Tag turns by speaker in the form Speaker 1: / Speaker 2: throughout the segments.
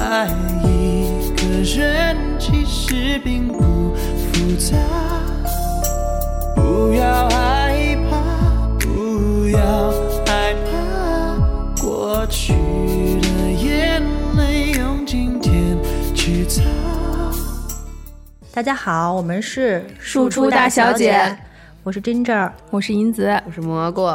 Speaker 1: 爱一个人其实并不复杂，不要害怕，不要害怕，过去的眼泪用今天去擦。
Speaker 2: 大家好，我们是
Speaker 3: 庶出大小姐，
Speaker 2: 我是 Ginger。
Speaker 3: 我是银子，
Speaker 4: 我是蘑菇，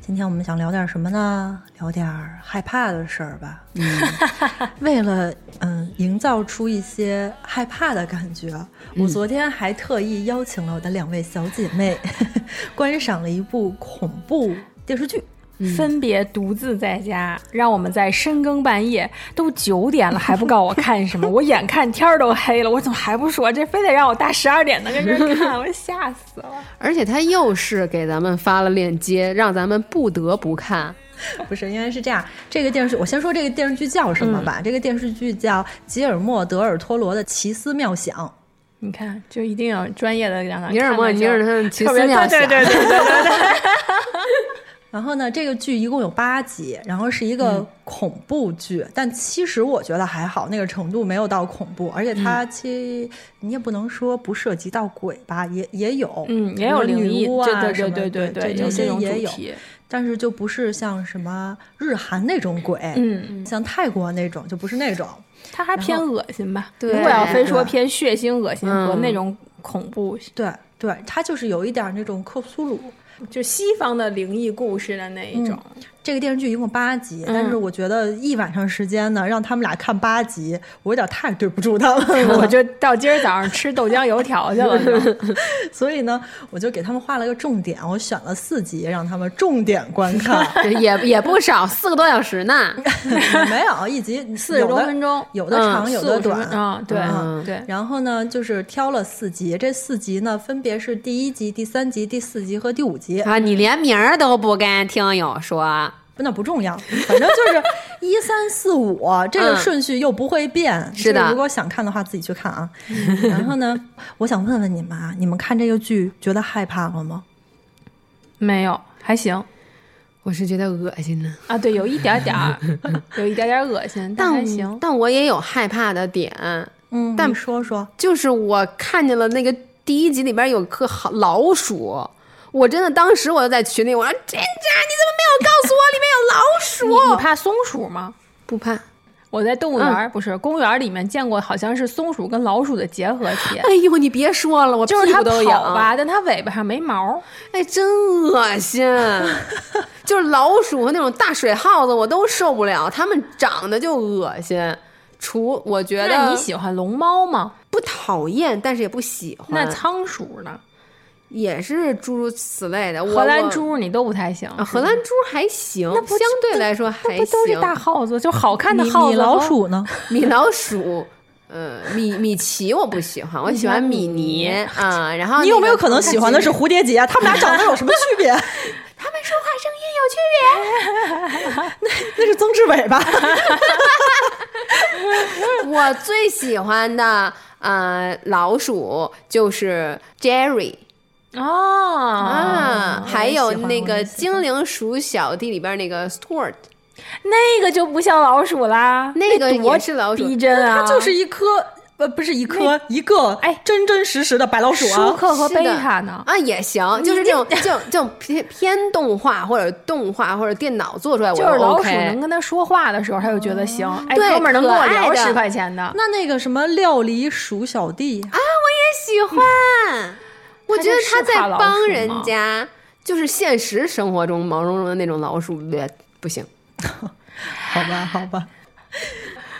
Speaker 2: 今天我们想聊点什么呢？聊点儿害怕的事儿吧。嗯， 为了嗯营造出一些害怕的感觉，
Speaker 3: 嗯
Speaker 2: 我昨天还特意邀请了我的两位小姐妹， 观赏了一部恐怖电视剧。
Speaker 3: 分别独自在家，让我们在深更半夜都九点了还不告我看什么，我眼看天儿都黑了，我怎么还不说？这非得让我大十二点的跟这儿看，我吓死了。
Speaker 4: 而且他又是给咱们发了链接，让咱们不得不看。
Speaker 2: 不是，因为是这样，这个电视我先说这个电视剧叫什么吧。
Speaker 3: 嗯
Speaker 2: 这个电视剧叫《吉尔莫·德尔托罗的奇思妙想》。
Speaker 3: 你看，就一定有专业的让他
Speaker 4: 尼尔莫，尼尔他奇
Speaker 3: 特
Speaker 4: 思
Speaker 3: 别
Speaker 4: 妙想，
Speaker 3: 对对 对对对对，
Speaker 2: 然后呢，这个剧一共有八集，然后是一
Speaker 3: 嗯
Speaker 2: 个恐怖剧，但其实我觉得还好，那个程度没有到恐怖，而且
Speaker 3: 嗯
Speaker 2: 它其、你也不能说不涉及到鬼吧，也也有，
Speaker 3: 嗯，也有
Speaker 2: 比如
Speaker 3: 灵异，
Speaker 2: 女巫啊
Speaker 3: 对
Speaker 2: 什
Speaker 3: 对
Speaker 2: 么
Speaker 3: 对对
Speaker 2: 对
Speaker 3: 对，
Speaker 2: 这
Speaker 3: 有
Speaker 2: 些
Speaker 3: 种
Speaker 2: 也
Speaker 3: 主
Speaker 2: 有，哎
Speaker 3: 题，
Speaker 2: 但是就不是像什么日韩那种鬼，
Speaker 3: 嗯，
Speaker 2: 像泰国那种就不是那种，
Speaker 3: 它还偏恶心吧？
Speaker 4: 对
Speaker 3: 如果要非说
Speaker 2: 对
Speaker 3: 偏血腥、恶心和
Speaker 4: 嗯
Speaker 3: 那种恐怖，
Speaker 2: 对对，它就是有一点那种克苏鲁，
Speaker 3: 就西方的灵异故事的那一种，
Speaker 2: 这个电视剧一共八
Speaker 3: 嗯
Speaker 2: 集，但是我觉得一晚上时间呢，让他们俩看八集，我有点太对不住他们了。
Speaker 3: 我就到今儿早上吃豆浆油条去 了就。
Speaker 2: 所以呢，我就给他们画了个重点，我选了四集让他们重点观 看。
Speaker 4: 也也不少，四个多小时呢。
Speaker 2: 没有一集
Speaker 3: 四十多分钟，
Speaker 2: 有的有的长，
Speaker 4: 嗯
Speaker 2: 有的短。
Speaker 3: 啊、对、
Speaker 2: 嗯
Speaker 3: 对，
Speaker 2: 然后呢，就是挑了四集，这四集呢分别是第一集、第三集、第四集和第五集，
Speaker 4: 啊，你连名儿都不跟听友说，
Speaker 2: 那不重要，反正就是一三四 五这个
Speaker 4: 嗯
Speaker 2: 顺序又不会变。
Speaker 4: 是的
Speaker 2: 就是如果想看的话，自己去看啊。然后呢，我想问问你们啊，你们看这个剧觉得害怕了吗？
Speaker 3: 没有，还行
Speaker 4: 我是觉得恶心呢。
Speaker 3: 啊，对，有一点点 儿，有一点点儿恶心，但
Speaker 4: 但
Speaker 3: 还行。
Speaker 4: 但我也有害怕的点，
Speaker 2: 嗯，
Speaker 4: 但
Speaker 2: 你说说，
Speaker 4: 就是我看见了那个第一集里边有个好老鼠，我真的当时我就在群里我说：“真渣，你怎么没有告诉我里面
Speaker 3: 你
Speaker 4: 有老
Speaker 3: 你
Speaker 4: 鼠
Speaker 3: 怕松鼠吗？？”嗯
Speaker 4: 不怕。，
Speaker 3: 我在动物园、儿不是公园儿里面见过，好像是松鼠跟老鼠的结合体
Speaker 4: 哎呦，你别说了，我
Speaker 3: 就是
Speaker 4: 屁
Speaker 3: 它
Speaker 4: 股都痒
Speaker 3: 跑吧，但它尾巴上没毛。
Speaker 4: 哎，真恶 心！就是老鼠和那种大水耗子，我都受不了，它们长得就恶心。除我觉
Speaker 3: 那
Speaker 4: 得
Speaker 3: 你喜欢龙猫吗？
Speaker 4: 不讨厌，但是也不喜欢。
Speaker 3: 那仓鼠呢？
Speaker 4: 也是诸如此类的。我
Speaker 3: 荷兰、
Speaker 4: 我
Speaker 3: 猪你都不太行，
Speaker 4: 啊，荷兰猪还行，
Speaker 3: 那不
Speaker 4: 相对来说还
Speaker 3: 那不都是
Speaker 4: 行。
Speaker 3: 大耗子，就好看的
Speaker 2: 米
Speaker 3: 耗
Speaker 2: 米
Speaker 3: 子，
Speaker 2: 老。鼠呢？
Speaker 4: 米老鼠。呃，米米奇我不喜欢，我喜欢米妮啊、然后
Speaker 2: 你有
Speaker 4: 那
Speaker 2: 没有
Speaker 4: 个
Speaker 2: 可能
Speaker 4: 看
Speaker 2: 喜欢的
Speaker 4: 起
Speaker 2: 是蝴蝶结啊？他们俩长得有什么区别？
Speaker 4: 他们说话声音有区别？
Speaker 2: 那是曾志伟吧？
Speaker 4: 我最喜欢的呃老鼠就是 Jerry
Speaker 3: 啊哦，
Speaker 4: 啊，
Speaker 2: 我也
Speaker 4: 还有
Speaker 2: 喜欢
Speaker 4: 那
Speaker 2: 我
Speaker 4: 个
Speaker 2: 也
Speaker 4: 《
Speaker 2: 喜欢
Speaker 4: 精灵鼠小弟》里边那个 Stuart，
Speaker 3: 那个就不像老鼠啦，
Speaker 4: 那个
Speaker 3: 多
Speaker 4: 也是老鼠
Speaker 3: 逼。真啊！
Speaker 2: 它就是一颗呃，不是一颗一个
Speaker 3: 哎
Speaker 2: 真真实实的白老鼠
Speaker 3: 舒
Speaker 2: 啊。
Speaker 3: 克哦和
Speaker 4: 是的
Speaker 3: 贝塔呢？
Speaker 4: 啊，也行，就是这种这种这种偏偏动画或者动画或者电脑做哦出来，我
Speaker 3: 就是老鼠
Speaker 4: OK 哦
Speaker 3: 能跟他说话的时候，他就觉得行。哎，
Speaker 4: 对
Speaker 3: 哥们儿能跟我
Speaker 4: 可
Speaker 3: 聊
Speaker 4: 爱的
Speaker 3: 十块钱的，
Speaker 2: 那那个什么料理鼠小弟，
Speaker 4: 喜欢，我觉得他在帮人
Speaker 3: 他这是
Speaker 4: 家，就是现实生活中毛茸茸的那种老鼠，对，不行。
Speaker 2: 好吧，好吧。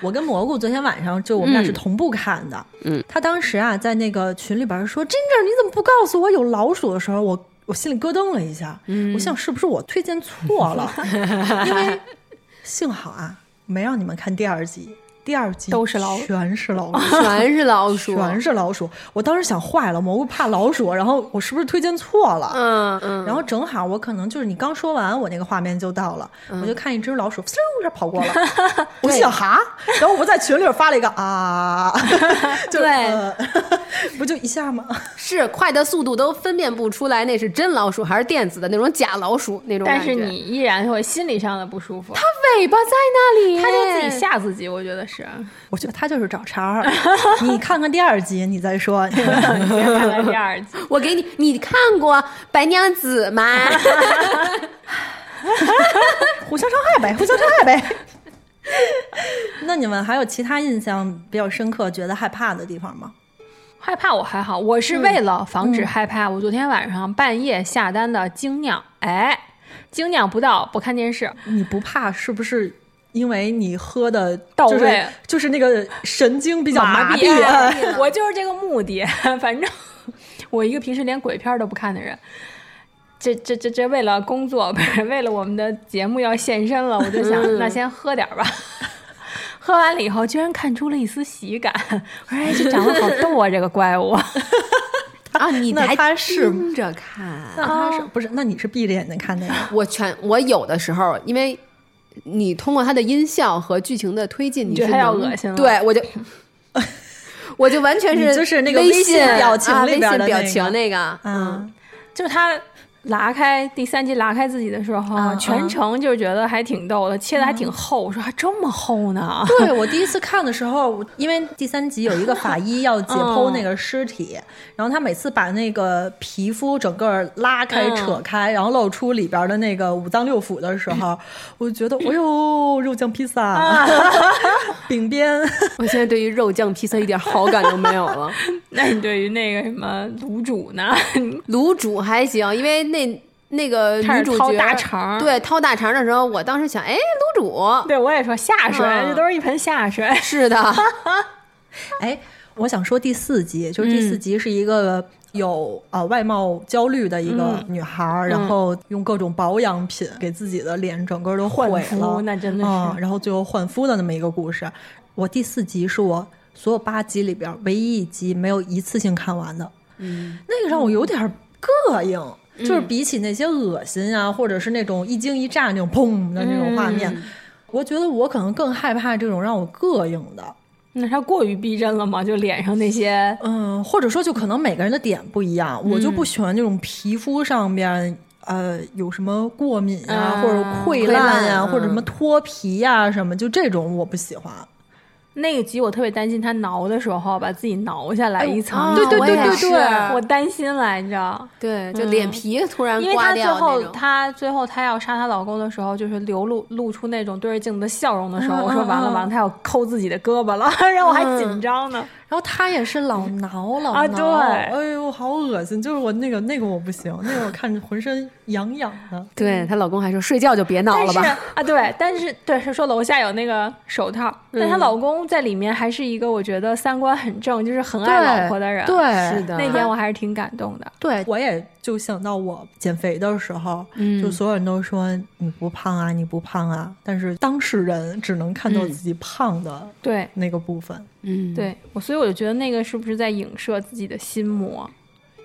Speaker 2: 我跟蘑菇昨天晚上就我们俩是同步看的。
Speaker 4: 嗯，
Speaker 2: 他当时啊在那个群里边说：“真正你怎么不告诉我有老鼠的时候，我我心里咯噔了一下。
Speaker 3: 嗯
Speaker 2: 我想是不是我推荐错 了？因为幸好啊没让你们看第二集，第二集
Speaker 3: 都是老哦鼠
Speaker 2: 全是老鼠。”
Speaker 4: 全是老鼠，
Speaker 2: 全是老鼠，我当时想坏了，蘑菇怕老鼠，然后我是不是推荐错了？
Speaker 4: 嗯嗯，
Speaker 2: 然后正好我可能就是你刚说完，我那个画面就到了，我就看一只老鼠嗖一下跑过了，
Speaker 4: 嗯
Speaker 2: 我心想哈，然后我在群里发了一个啊，就是
Speaker 3: 对
Speaker 2: 呃 不就一下吗？
Speaker 4: 是快的速度都分辨不出来，那是真老鼠还是电子的那种假老鼠那种感
Speaker 3: 但
Speaker 4: 觉。
Speaker 3: 是你依然会心理上的不舒服。他
Speaker 4: 它尾巴在那里，
Speaker 3: 他就自己吓自己，我觉得 是。
Speaker 2: 我觉得他就是找茬儿。 你看看第二集，你再说。
Speaker 3: 你先看看第二集，
Speaker 4: 我给你，你看过《白娘子》吗？
Speaker 2: 互相伤害呗，互相伤害呗。 那你们还有其他印象比较深刻、觉得害怕的地方吗？
Speaker 3: 害怕我还好，我是为了防
Speaker 4: 嗯
Speaker 3: 止害怕，我昨天晚上半夜下单的精酿，哎，精酿不到不看电视，
Speaker 2: 你不怕是不是因为你喝的
Speaker 3: 到
Speaker 2: 就是
Speaker 3: 位
Speaker 2: 就是那个神经比较麻
Speaker 3: 痹哎啊
Speaker 2: 痹？啊
Speaker 3: 我就是这个目的。 反正我一个平时连鬼片都不看的人，这这这这为了工作， 不是为了我们的节目要现身了，我就想、
Speaker 2: 嗯
Speaker 3: 那先喝点儿吧。 喝完了以后，居然看出了一丝喜感。 我说：“哎，这长得好逗啊，这个怪物。
Speaker 4: 啊，你
Speaker 2: 那
Speaker 4: 还嗯
Speaker 2: 他是
Speaker 4: 盯着看？
Speaker 2: 那他是不是？那你是闭着眼睛看那个？
Speaker 4: 我全我有的时候，因为你通过它的音效和剧情的推进，你
Speaker 3: 你觉
Speaker 4: 是
Speaker 3: 得它要
Speaker 4: 能
Speaker 3: 恶心了
Speaker 4: 对我就。我就完全
Speaker 2: 你
Speaker 4: 是
Speaker 2: 就是那个
Speaker 4: 微
Speaker 2: 微信表情
Speaker 4: 啊
Speaker 2: 里边的
Speaker 4: 微信表
Speaker 2: 那个
Speaker 4: 情那个，嗯
Speaker 2: 啊，
Speaker 3: 就他拉开第三集拉开自己的时候，
Speaker 2: 嗯
Speaker 3: 全程就是觉得还挺逗的，切的还挺厚。我说：“还这么厚呢？”
Speaker 2: 对我第一次看的时候，我因为第三集有一个法医要解剖那个尸体， 然后他每次把那个皮肤整个拉开、
Speaker 3: 嗯
Speaker 2: 扯开，然后露出里边的那个五脏六腑的时候，我就觉得，哎呦，肉酱披萨， 饼边，
Speaker 4: 我现在对于肉酱披萨一点好感都没有了。
Speaker 3: 那你对于那个什么卤煮呢？
Speaker 4: 卤煮还行，因为那那个
Speaker 3: 开始
Speaker 4: 女主角
Speaker 3: 掏大肠
Speaker 4: 对掏大肠的时候，我当时想，哎，卤 煮
Speaker 3: 对，我也说下水，
Speaker 4: 嗯
Speaker 3: 这都是一盆下水。
Speaker 4: 是的，
Speaker 2: 哎，我想说第四集，就是第
Speaker 3: 嗯
Speaker 2: 四集是一个有呃外貌焦虑的一
Speaker 3: 嗯
Speaker 2: 个女孩儿，然后用各种保养品给自己的脸整个都毁
Speaker 3: 换
Speaker 2: 了
Speaker 3: 肤，那真的是
Speaker 2: 嗯然后最后换肤的那么一个故事。我第四集是我所有八集里边儿唯一一集没有一次性看完的，嗯，那个让我有点儿膈应。
Speaker 3: 嗯
Speaker 2: 就是比起那些恶心啊，或者是那种一惊一乍那种砰的那种
Speaker 3: 嗯
Speaker 2: 画面，我觉得我可能更害怕这种让我膈应的。
Speaker 3: 那他过于逼真了吗？就脸上那些，
Speaker 2: 嗯，或者说就可能每个人的点不一样，我就不喜欢那种皮肤上边。呃，有什么过敏啊，
Speaker 3: 啊
Speaker 2: 或者溃烂啊呀、
Speaker 4: 溃烂
Speaker 2: 或者什么
Speaker 4: 嗯
Speaker 2: 脱皮呀、什么，就这种我不喜欢。
Speaker 3: 那个集我特别担心他挠的时候把自己挠下来
Speaker 2: 哎
Speaker 3: 一层
Speaker 4: 啊
Speaker 3: 一层，
Speaker 4: 对对对
Speaker 3: 我也是
Speaker 4: 对对
Speaker 3: 我担心来着。
Speaker 4: 对，就脸皮突然
Speaker 3: 嗯因为
Speaker 4: 刮
Speaker 3: 她最
Speaker 4: 掉
Speaker 3: 后
Speaker 4: 那，种。
Speaker 3: 她最后她要杀她老公的时候，就是流露露出那种对着镜子的笑容的时候，
Speaker 4: 嗯
Speaker 3: 我说完了完了，她要抠自己的胳膊了， 然后我还紧张呢。
Speaker 2: 然后他也是老挠老挠，
Speaker 3: 啊对
Speaker 2: 哎呦，好恶心！就是我那个那个我不行，那个我看着浑身痒痒的。
Speaker 4: 对她老公还说睡觉就别闹
Speaker 3: 但
Speaker 4: 了
Speaker 3: 是
Speaker 4: 吧，
Speaker 3: 啊，对，但是对是说楼下有那个手套，
Speaker 4: 嗯
Speaker 3: 但她老公在里面还是一个我觉得三观很正，就是很爱老婆的人。
Speaker 2: 对，
Speaker 4: 是的
Speaker 3: 那天我还是挺感动的。
Speaker 2: 对，我也就想到我减肥的时候，
Speaker 4: 嗯
Speaker 2: 就所有人都说你不胖啊，你不胖啊，但是当事人只能看到自己胖的
Speaker 3: 对
Speaker 2: 那个部分。
Speaker 4: 嗯，
Speaker 3: 对，我所以我就觉得那个是不是在影射自己的心魔，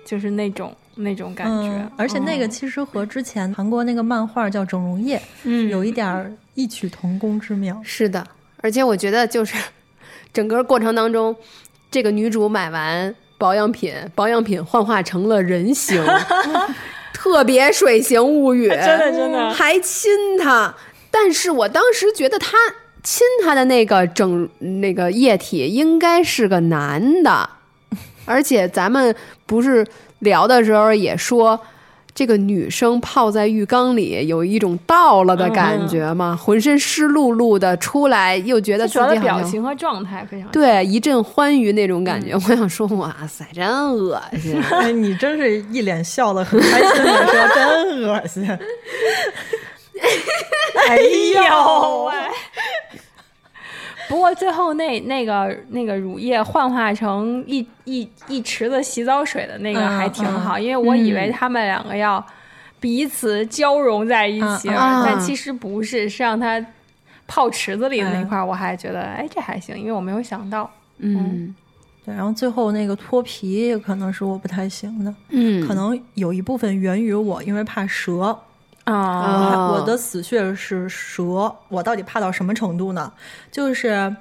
Speaker 3: 就是那种那种感觉。
Speaker 2: 嗯，而且那个其实和之前韩国那个漫画叫《整容夜》
Speaker 3: 嗯
Speaker 2: 有一点儿异曲同工之妙。
Speaker 4: 是的，而且我觉得就是 整个过程当中，这个女主买完保养品，保养品幻化成了 人形，特别《水形物语》
Speaker 3: 真的真 的
Speaker 4: 还亲他。但是我当时觉得他亲他的那个整那个液体应该是个男的， 而且咱们不是聊的时候也说。这个女生泡在浴缸里有一种到了的感觉嘛，浑身湿漉漉的出来，又嗯觉得
Speaker 3: 他
Speaker 4: 自
Speaker 3: 主
Speaker 4: 己
Speaker 3: 要
Speaker 4: 好
Speaker 3: 的表
Speaker 4: 像
Speaker 3: 情和状态非常
Speaker 4: 对一阵欢愉那种感觉。我想说，哇塞，真恶心！
Speaker 2: 哎，你真是一脸笑的很开心的说，真恶心。哎呦，
Speaker 3: 喂！ 不过最后那那个那个乳液幻化成一一一池子洗澡水的那个
Speaker 2: 嗯
Speaker 3: 还挺好，因为我以为他们两个要彼此交融在一起，
Speaker 2: 嗯
Speaker 4: 嗯
Speaker 3: 但其实不是，是让它泡池子里的那块儿，我还觉得哎这还行，因为我没有想到。
Speaker 4: 嗯
Speaker 2: 对，然后最后那个脱皮可能是我不太行的，
Speaker 4: 嗯
Speaker 2: 可能有一部分源于我因为怕蛇，
Speaker 3: 啊
Speaker 2: 我还
Speaker 4: 哦
Speaker 2: 我的死穴是蛇，我到底怕到什么程度呢？就是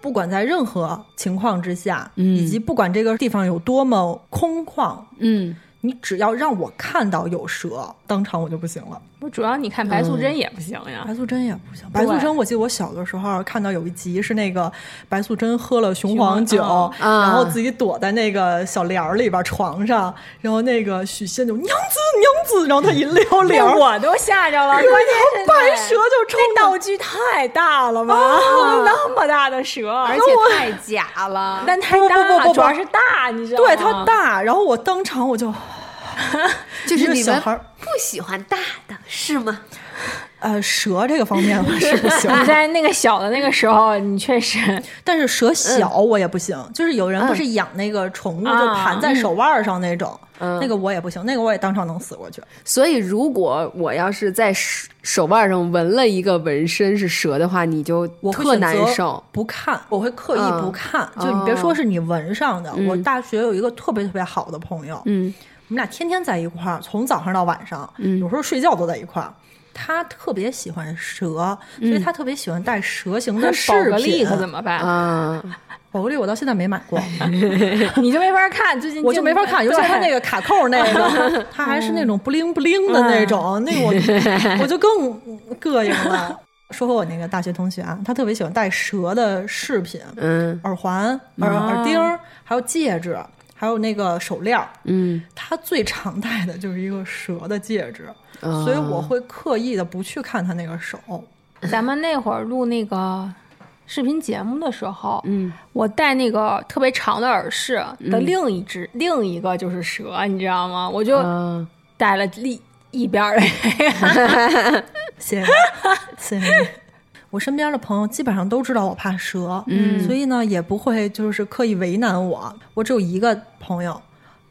Speaker 2: 不管在任何情况之下，以及不管这个地方有多么空旷，
Speaker 4: 嗯，
Speaker 2: 你只要让我看到有蛇，当场我就不行了。
Speaker 3: 不，主要你看白素贞也不行呀。
Speaker 2: 白素贞也不行。白素贞，我记得我小的时候看到有一集是那个白素贞喝了雄黄酒，
Speaker 3: 哦
Speaker 4: 啊
Speaker 2: 然后自己躲在那个小帘儿里边儿床上，然后那个许仙就娘子娘子，然后他一撩帘儿，
Speaker 3: 那我都吓着了，关键是
Speaker 2: 白蛇就冲
Speaker 3: 那
Speaker 2: 到
Speaker 3: 道具太大了吧？哦那么大的蛇，
Speaker 4: 而且太假了。
Speaker 3: 但太
Speaker 2: 不
Speaker 3: 大，
Speaker 2: 不不不不
Speaker 3: 主要是大，你知道吗？
Speaker 2: 对它大，然后我当场我就
Speaker 4: 就是
Speaker 2: 一
Speaker 4: 你
Speaker 2: 个小
Speaker 4: 们
Speaker 2: 孩儿
Speaker 4: 不喜欢大的是吗？
Speaker 2: 呃蛇这个方面 我是不行，
Speaker 3: 你在那个小的那个时候，你 确实
Speaker 2: 但是蛇小我也不行，
Speaker 3: 嗯
Speaker 2: 就是有人不是养那个宠物
Speaker 3: 啊
Speaker 2: 就盘在手腕上那种，
Speaker 3: 嗯
Speaker 2: 那个我也不行，那个我也当场能死过去。
Speaker 4: 所以如果我要是在手手腕上纹了一个纹身是蛇的话，你就
Speaker 2: 我会
Speaker 4: 特
Speaker 2: 选
Speaker 4: 难
Speaker 2: 择
Speaker 4: 受。
Speaker 2: 不看，我会刻意不看。
Speaker 4: 嗯
Speaker 2: 就
Speaker 3: 哦
Speaker 2: 你别说是你纹上的，
Speaker 3: 嗯
Speaker 2: 我大学有一个特别特别好的朋友，
Speaker 4: 嗯，
Speaker 2: 我们俩天天在一块儿，从早上到晚上，
Speaker 3: 嗯
Speaker 2: 有时候睡觉都在一块儿。他特别喜欢蛇，所以他特别喜欢带蛇形的饰
Speaker 3: 嗯宝格丽
Speaker 2: 品。嗯
Speaker 3: 可怎么哎办？
Speaker 4: 啊，
Speaker 2: 宝格丽我到现在没买过，
Speaker 3: 你就没法看，最近
Speaker 2: 我就没法看，尤其他那
Speaker 3: 个
Speaker 2: 个卡扣那 个，他还是那种不灵不灵
Speaker 3: 嗯
Speaker 2: 的那种，那个 我我就更膈应了。说回我那个大学同学啊，他特别喜欢戴蛇的饰品，
Speaker 4: 嗯
Speaker 2: 耳环、耳
Speaker 3: 啊
Speaker 2: 耳钉儿，还有戒指，还有那个手链儿。
Speaker 4: 嗯，
Speaker 2: 他最常戴的就是一个蛇的戒指，所以我会刻意的不去看他那个手。
Speaker 3: 咱们那会儿录那个视频节目的时候，嗯，我戴那个特别长的耳饰
Speaker 2: 嗯
Speaker 3: 的另一只、另一个就是蛇，你知道吗？我就
Speaker 2: 嗯
Speaker 4: 啊，
Speaker 3: 戴了另一边儿的
Speaker 2: 谢谢你，谢谢你。我身边的朋友基本上都知道我怕蛇，嗯，所以呢也不会就是刻意为难我。我只有一个朋友，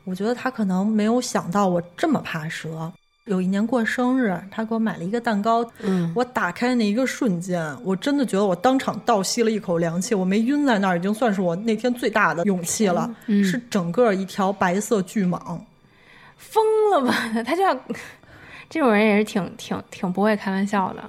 Speaker 2: 我觉得他可能没有想到我这么怕蛇。有一年过生日，他给我买了一个蛋糕，嗯，我打开那一个瞬间，我真的觉得我当场倒吸了一口凉气，我没晕在那儿，已经算是我那天最大的勇气了，
Speaker 3: 嗯
Speaker 2: 是整个一条白色巨蟒。
Speaker 3: 疯了吧？他就要这种人也是挺挺挺不会开玩笑的。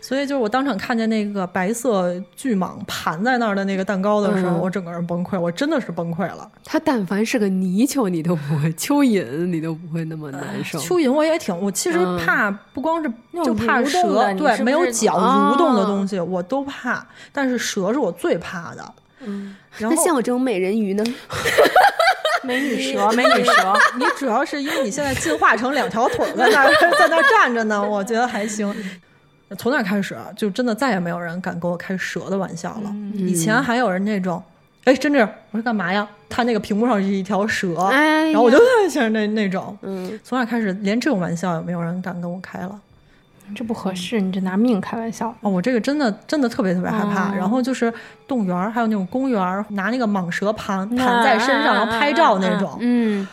Speaker 2: 所以就是我当场看见那个白色巨蟒盘在那儿的那个蛋糕的时候，
Speaker 4: 嗯
Speaker 2: 我整个人崩溃，我真的是崩溃了。
Speaker 4: 它但凡是个泥鳅，你都不会；蚯蚓，你都不会那么难受。
Speaker 2: 蚯蚓我也挺，我其实
Speaker 4: 嗯
Speaker 2: 怕不光是
Speaker 3: 嗯那
Speaker 2: 就
Speaker 3: 种
Speaker 2: 怕
Speaker 3: 蠕动
Speaker 2: 蛇
Speaker 3: 的，你
Speaker 2: 对，
Speaker 3: 是哦不
Speaker 2: 没有
Speaker 3: 是
Speaker 2: 脚
Speaker 4: 啊
Speaker 2: 蠕动的东西我都怕，但是蛇是我最怕的。嗯，然
Speaker 4: 那
Speaker 2: 后
Speaker 4: 像我这种美人鱼呢？
Speaker 3: 美女蛇，美女蛇，
Speaker 2: 你主要是因为你现在进化成两条腿儿在那儿在那儿站着呢，我觉得还行。从那开始，啊就真的再也没有人敢跟我开蛇的玩笑了。
Speaker 4: 嗯
Speaker 2: 以前还有人那种，哎，真是我说干嘛呀？他那个屏幕上是一条蛇，
Speaker 4: 哎呀
Speaker 2: 然后我就 像那那种。
Speaker 4: 嗯，
Speaker 2: 从那开始，连这种玩笑也没有人敢跟我开了。
Speaker 3: 嗯这不合适，你这拿命开玩笑。
Speaker 2: 哦，我这个真的真的特别特别害怕。
Speaker 3: 哦
Speaker 2: 然后就是动物园儿，还有那种公园儿，拿那个蟒蛇
Speaker 4: 啊
Speaker 2: 盘
Speaker 3: 嗯
Speaker 2: 盘在身上，
Speaker 3: 嗯
Speaker 2: 然后拍照那
Speaker 3: 嗯嗯
Speaker 2: 种。
Speaker 4: 嗯，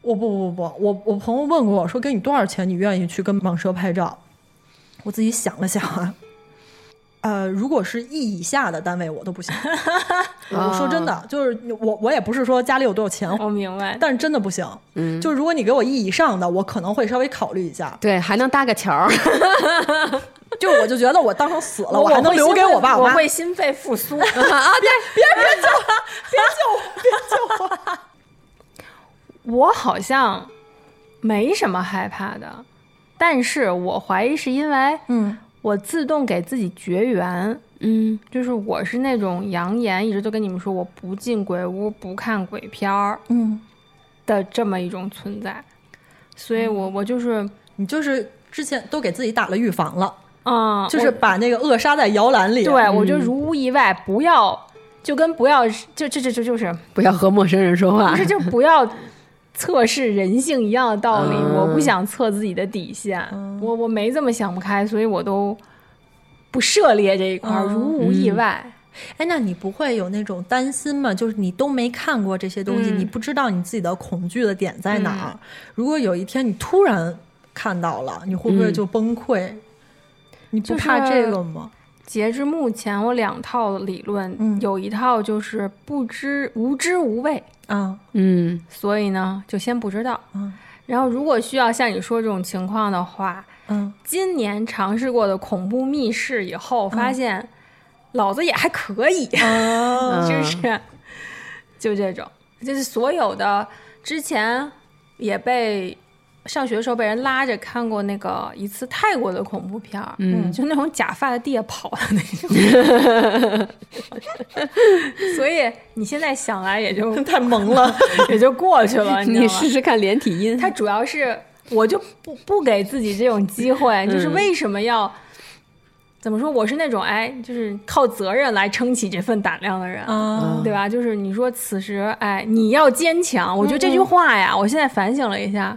Speaker 2: 我不不不，我我朋友问过我说，给你多少钱，你愿意去跟蟒蛇拍照？我自己想了想啊，呃，如果是亿以下的单位，我都 不行。我说真
Speaker 3: 哦
Speaker 2: 的，就是我我也不是说家里有多有钱，
Speaker 3: 我明白，
Speaker 2: 但是真的不行。嗯，就如果你给我亿以上的，我可能会稍微考虑一下。
Speaker 4: 对，还能搭个桥儿。
Speaker 2: 就是我就觉得我当成死了，
Speaker 3: 我
Speaker 2: 我还能
Speaker 3: 会
Speaker 2: 留
Speaker 3: 心
Speaker 2: 给
Speaker 3: 肺
Speaker 2: 我爸
Speaker 3: 我
Speaker 2: 妈。
Speaker 3: 会心肺复 苏。 我好像没什么害怕的，但是我怀疑是因为
Speaker 2: 嗯，
Speaker 3: 我自动给自己绝缘，
Speaker 4: 嗯
Speaker 3: 就是我是那种扬言一直都跟你们说我不进鬼屋、不看鬼片儿
Speaker 2: 嗯，
Speaker 3: 的这么一种存在，所以
Speaker 2: 嗯
Speaker 3: 我我就是
Speaker 2: 你就是之前都给自己打了预防了，
Speaker 3: 嗯，
Speaker 2: 就是嗯把那个扼杀在摇篮里。
Speaker 3: 我对我就如无意外，不要就跟不要就这这这就是
Speaker 4: 不要和陌生人说话
Speaker 3: 不。是就不要测试人性一样的道理，
Speaker 4: 嗯
Speaker 3: 我不想测自己的底线，
Speaker 2: 嗯
Speaker 3: 我我没这么想不开，所以我都不涉猎这一块儿，
Speaker 2: 嗯
Speaker 3: 如无意外。
Speaker 2: 哎，那你不会有那种担心吗？就是你都没看过这些东西，
Speaker 3: 嗯
Speaker 2: 你不知道你自己的恐惧的点在哪儿。如果有一天你突然看到了，你会不会
Speaker 4: 嗯
Speaker 2: 就崩溃？你不
Speaker 3: 就是
Speaker 2: 怕这个吗？
Speaker 3: 截至目前，我两套理论，
Speaker 2: 嗯
Speaker 3: 有一套就是不知无知无畏，
Speaker 2: 啊，
Speaker 4: 嗯
Speaker 3: 所以呢就先不知道。
Speaker 2: 嗯
Speaker 3: 然后如果需要像你说这种情况的话，
Speaker 2: 嗯
Speaker 3: 今年尝试过的恐怖密室以后，发现老子也还可以，啊
Speaker 2: 哦，
Speaker 3: 就是就这种，就是所有的之前也被上学的时候被人拉着看过那个一次泰国的恐怖片儿，嗯，就那种假发在地下跑的那种， 所以你现在想来也 就
Speaker 2: 太萌 了，啊
Speaker 3: 也就过去了，你知道
Speaker 4: 你
Speaker 3: 吗
Speaker 4: 试试看连体音，
Speaker 3: 他主要是我就不不给自己这种机会，就是为什么要、怎么说？我是那种哎，就是靠责任来撑起这份胆量的人，啊
Speaker 2: 嗯
Speaker 3: 对吧？就是你说此时哎，你要坚强。我觉得这句话呀，我现在反省了一下，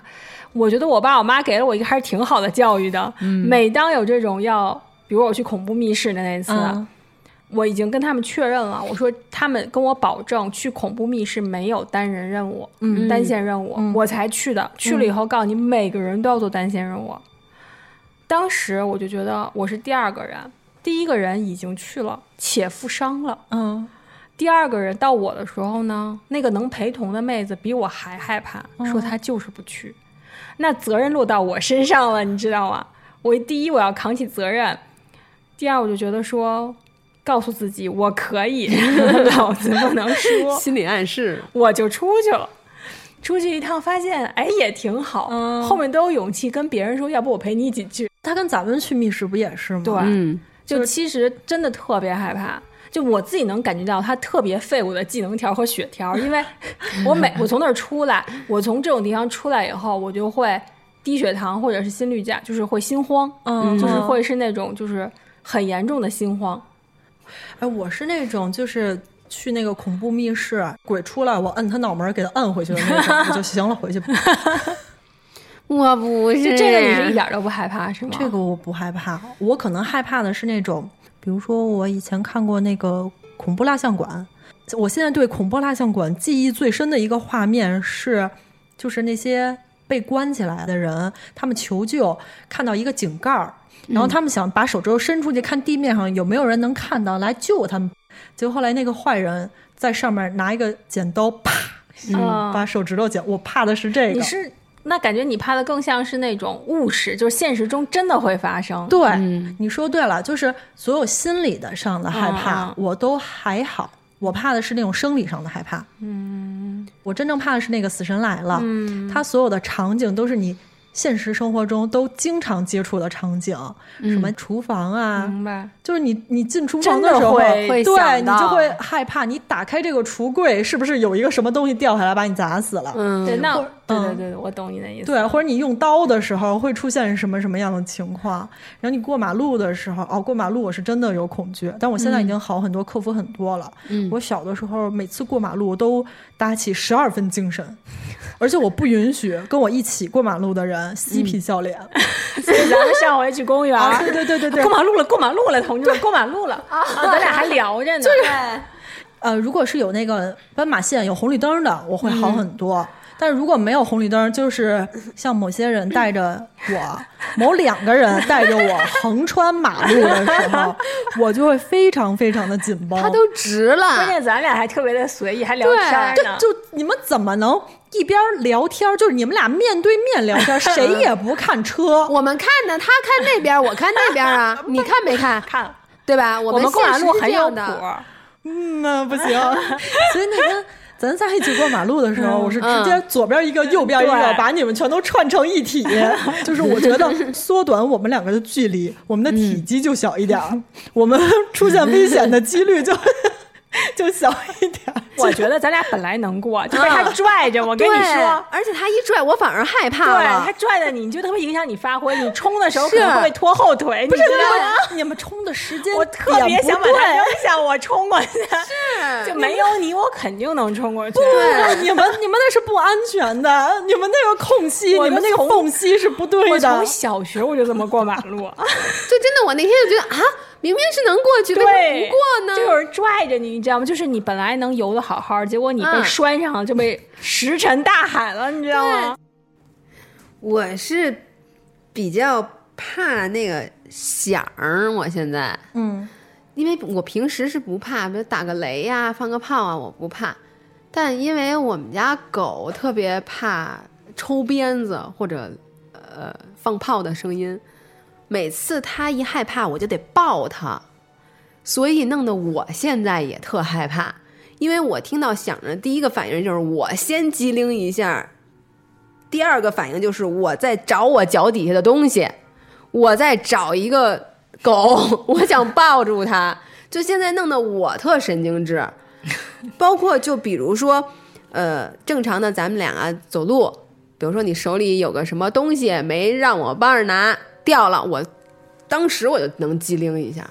Speaker 3: 我觉得我爸我妈给了我一个还是挺好的教育的。每当有这种要，比如我去恐怖密室的那次。
Speaker 2: 嗯
Speaker 3: 我已经跟他们确认了，我说他们跟我保证去恐怖密室没有单人任务，嗯，单线任务，我才去的。去了以后告诉你，每个人都要做单线任务。当时我就觉得我是第二个人，第一个人已经去了且负伤了，
Speaker 2: 嗯
Speaker 3: 第二个人到我的时候呢，那个能陪同的妹子比我还害怕，说她就是不去。那责任落到我身上了，你知道吗？我第一我要扛起责任，第二我就觉得说，告诉自己我可以， 老子不能输，
Speaker 4: 心理暗示，
Speaker 3: 我就出去了。出去一趟，发现哎也挺好，
Speaker 2: 嗯
Speaker 3: 后面都有勇气跟别人说，要不我陪你一起去。
Speaker 2: 他跟咱们去密室不也是吗？
Speaker 3: 对，
Speaker 4: 嗯，
Speaker 3: 就其实真的特别害怕。就我自己能感觉到他特别废我的技能条和血条，因为 我每我从那儿出来，我从这种地方出来以后，我就会低血糖或者是心率加，就是会心慌，
Speaker 2: 嗯
Speaker 3: 就是
Speaker 2: 嗯
Speaker 3: 会是那种就是很严重的心慌。
Speaker 2: 哎，我是那种就是去那个恐怖密室，鬼出来我摁他脑门儿给他摁回去的那种，我就行了，回去吧。
Speaker 4: 我不是
Speaker 3: 就这个你是一点儿都不害怕是吗？
Speaker 2: 这个我不害怕，我可能害怕的是那种，比如说我以前看过那个恐怖蜡像馆，我现在对恐怖蜡像馆记忆最深的一个画面是，就是那些被关起来的人，他们求救，看到一个井盖儿，然
Speaker 3: 嗯
Speaker 2: 后他们想把手指头伸出去看地面上有没有人能看到来救他们，结果后来那个坏人在上面拿一个剪刀，啪，
Speaker 3: 嗯
Speaker 2: 把手指头剪，我怕的是这个，
Speaker 3: 你是那感觉你怕的更像是那种务实，就是现实中真的会发生。
Speaker 2: 对，你说对了，就是所有心理的上的害怕，
Speaker 3: 嗯嗯嗯
Speaker 2: 我都还好。我怕的是那种生理上的害怕。嗯，我真正怕的是那个《死神来了》，嗯，它所有的场景都是你现实生活中都经常接触的场景，什么厨房啊，
Speaker 3: 明白。
Speaker 2: 就是你你进厨
Speaker 3: 嗯真
Speaker 2: 房
Speaker 3: 的
Speaker 2: 时候，
Speaker 3: 会
Speaker 4: 会
Speaker 2: 对
Speaker 4: 想
Speaker 2: 你
Speaker 4: 到
Speaker 2: 就会害怕，你打开这个橱柜，是不是有一个什么东西掉下来把你砸死了？
Speaker 4: 嗯
Speaker 3: 对，那对对
Speaker 2: 嗯
Speaker 3: 对，我懂你的意思。
Speaker 2: 对，或者你用刀的时候会出现什么什么样的情况？然后你过马路的时候，哦，过马路我是真的有恐惧，但我现在已经好很多，克服很多了。
Speaker 4: 嗯
Speaker 2: 我小的时候每次过马路我都打起十二分精神， 而且我不允许跟我一起过马路的人嬉皮笑脸。
Speaker 3: 所以咱们上回 去公园儿，
Speaker 2: 啊对对对对对
Speaker 3: 过马路了，过马路了，同志们，过马路了啊！咱俩还聊着呢，对，
Speaker 2: 呃，如果是有那个斑马线有红绿灯的，我会好很多。
Speaker 4: 嗯
Speaker 2: 但是如果没有红绿灯，就是像某些人带着 我，某两个人带着我横穿马路的时 候，我就会非常非常的紧绷。
Speaker 4: 他都直
Speaker 3: 哦关
Speaker 4: 了，
Speaker 3: 键咱俩还特别的随意，还聊天儿
Speaker 2: 这
Speaker 3: 呢。
Speaker 2: 就你们怎么能一边聊天，就是你们俩面对面聊 天，谁也不看车？
Speaker 4: 我们看呢，他看 那边，我看那边啊，你看没看？
Speaker 3: 看了，
Speaker 4: 对吧？我
Speaker 3: 我们过
Speaker 4: 现
Speaker 3: 马
Speaker 4: 实
Speaker 3: 路
Speaker 4: 是
Speaker 3: 很
Speaker 4: 这
Speaker 3: 有
Speaker 4: 样
Speaker 3: 谱
Speaker 4: 的，
Speaker 3: 儿，
Speaker 2: 嗯那
Speaker 3: 啊
Speaker 2: 不行。 所以那天咱仨一起过马路的时候，我是直接左边一个，右边一个
Speaker 3: 嗯对，
Speaker 2: 把你们全都串成一 体。就是我觉得缩短我们两个的距离，我们的体积就小一点儿，
Speaker 3: 嗯
Speaker 2: 我们出现危险的几率就 就小一点儿。
Speaker 3: 我觉得咱俩本来能过，就被他拽着。我跟
Speaker 4: 对
Speaker 3: 你说，，
Speaker 4: 而且他一拽，我反而害
Speaker 3: 对
Speaker 4: 怕
Speaker 3: 他
Speaker 4: 了。
Speaker 3: 拽着你，你就特别影响你发挥。你冲的时候可
Speaker 4: 嗯是
Speaker 3: 能会被拖后腿，不是
Speaker 2: 啊你们冲的时间
Speaker 3: 啊我特别
Speaker 2: 点不
Speaker 3: 想把
Speaker 2: 对
Speaker 3: 他扔下，我冲过去，就没有你，我肯定能冲过去。
Speaker 4: 对，
Speaker 2: 你们你们那是不安全的，你们那个空隙，
Speaker 3: 我
Speaker 2: 你们那个
Speaker 3: 从
Speaker 2: 缝隙是不对
Speaker 3: 我
Speaker 2: 的。
Speaker 3: 从小学我就这么过马路。
Speaker 4: 就真的，我那天就觉得啊，明明是能过去，为什么
Speaker 3: 对，
Speaker 4: 不过呢？
Speaker 3: 就有人拽着你，你知道吗？就是你本来能游的好好，结果你被
Speaker 4: 嗯
Speaker 3: 拴上了，就被石沉大海了，你知道吗？
Speaker 4: 我是比较怕那个响儿，我现在，
Speaker 2: 嗯，
Speaker 4: 因为我平时是不怕，比如打个雷呀、放个炮啊，我不怕。但因为我们家狗特别怕抽鞭子或者呃放炮的声音，每次它一害怕，我就得抱它。所以弄得我现在也特害怕，因为我听到响着，第一个反应就是我先机灵一下，第二个反应就是我在找我脚底下的东西，我在找一个狗， 我想抱住它，就现在弄得我特神经质，包括就比如说，呃，正常的咱们俩、啊、走路，比如说你手里有个什么东西没让我帮着拿掉了，我当时我就能机灵一下，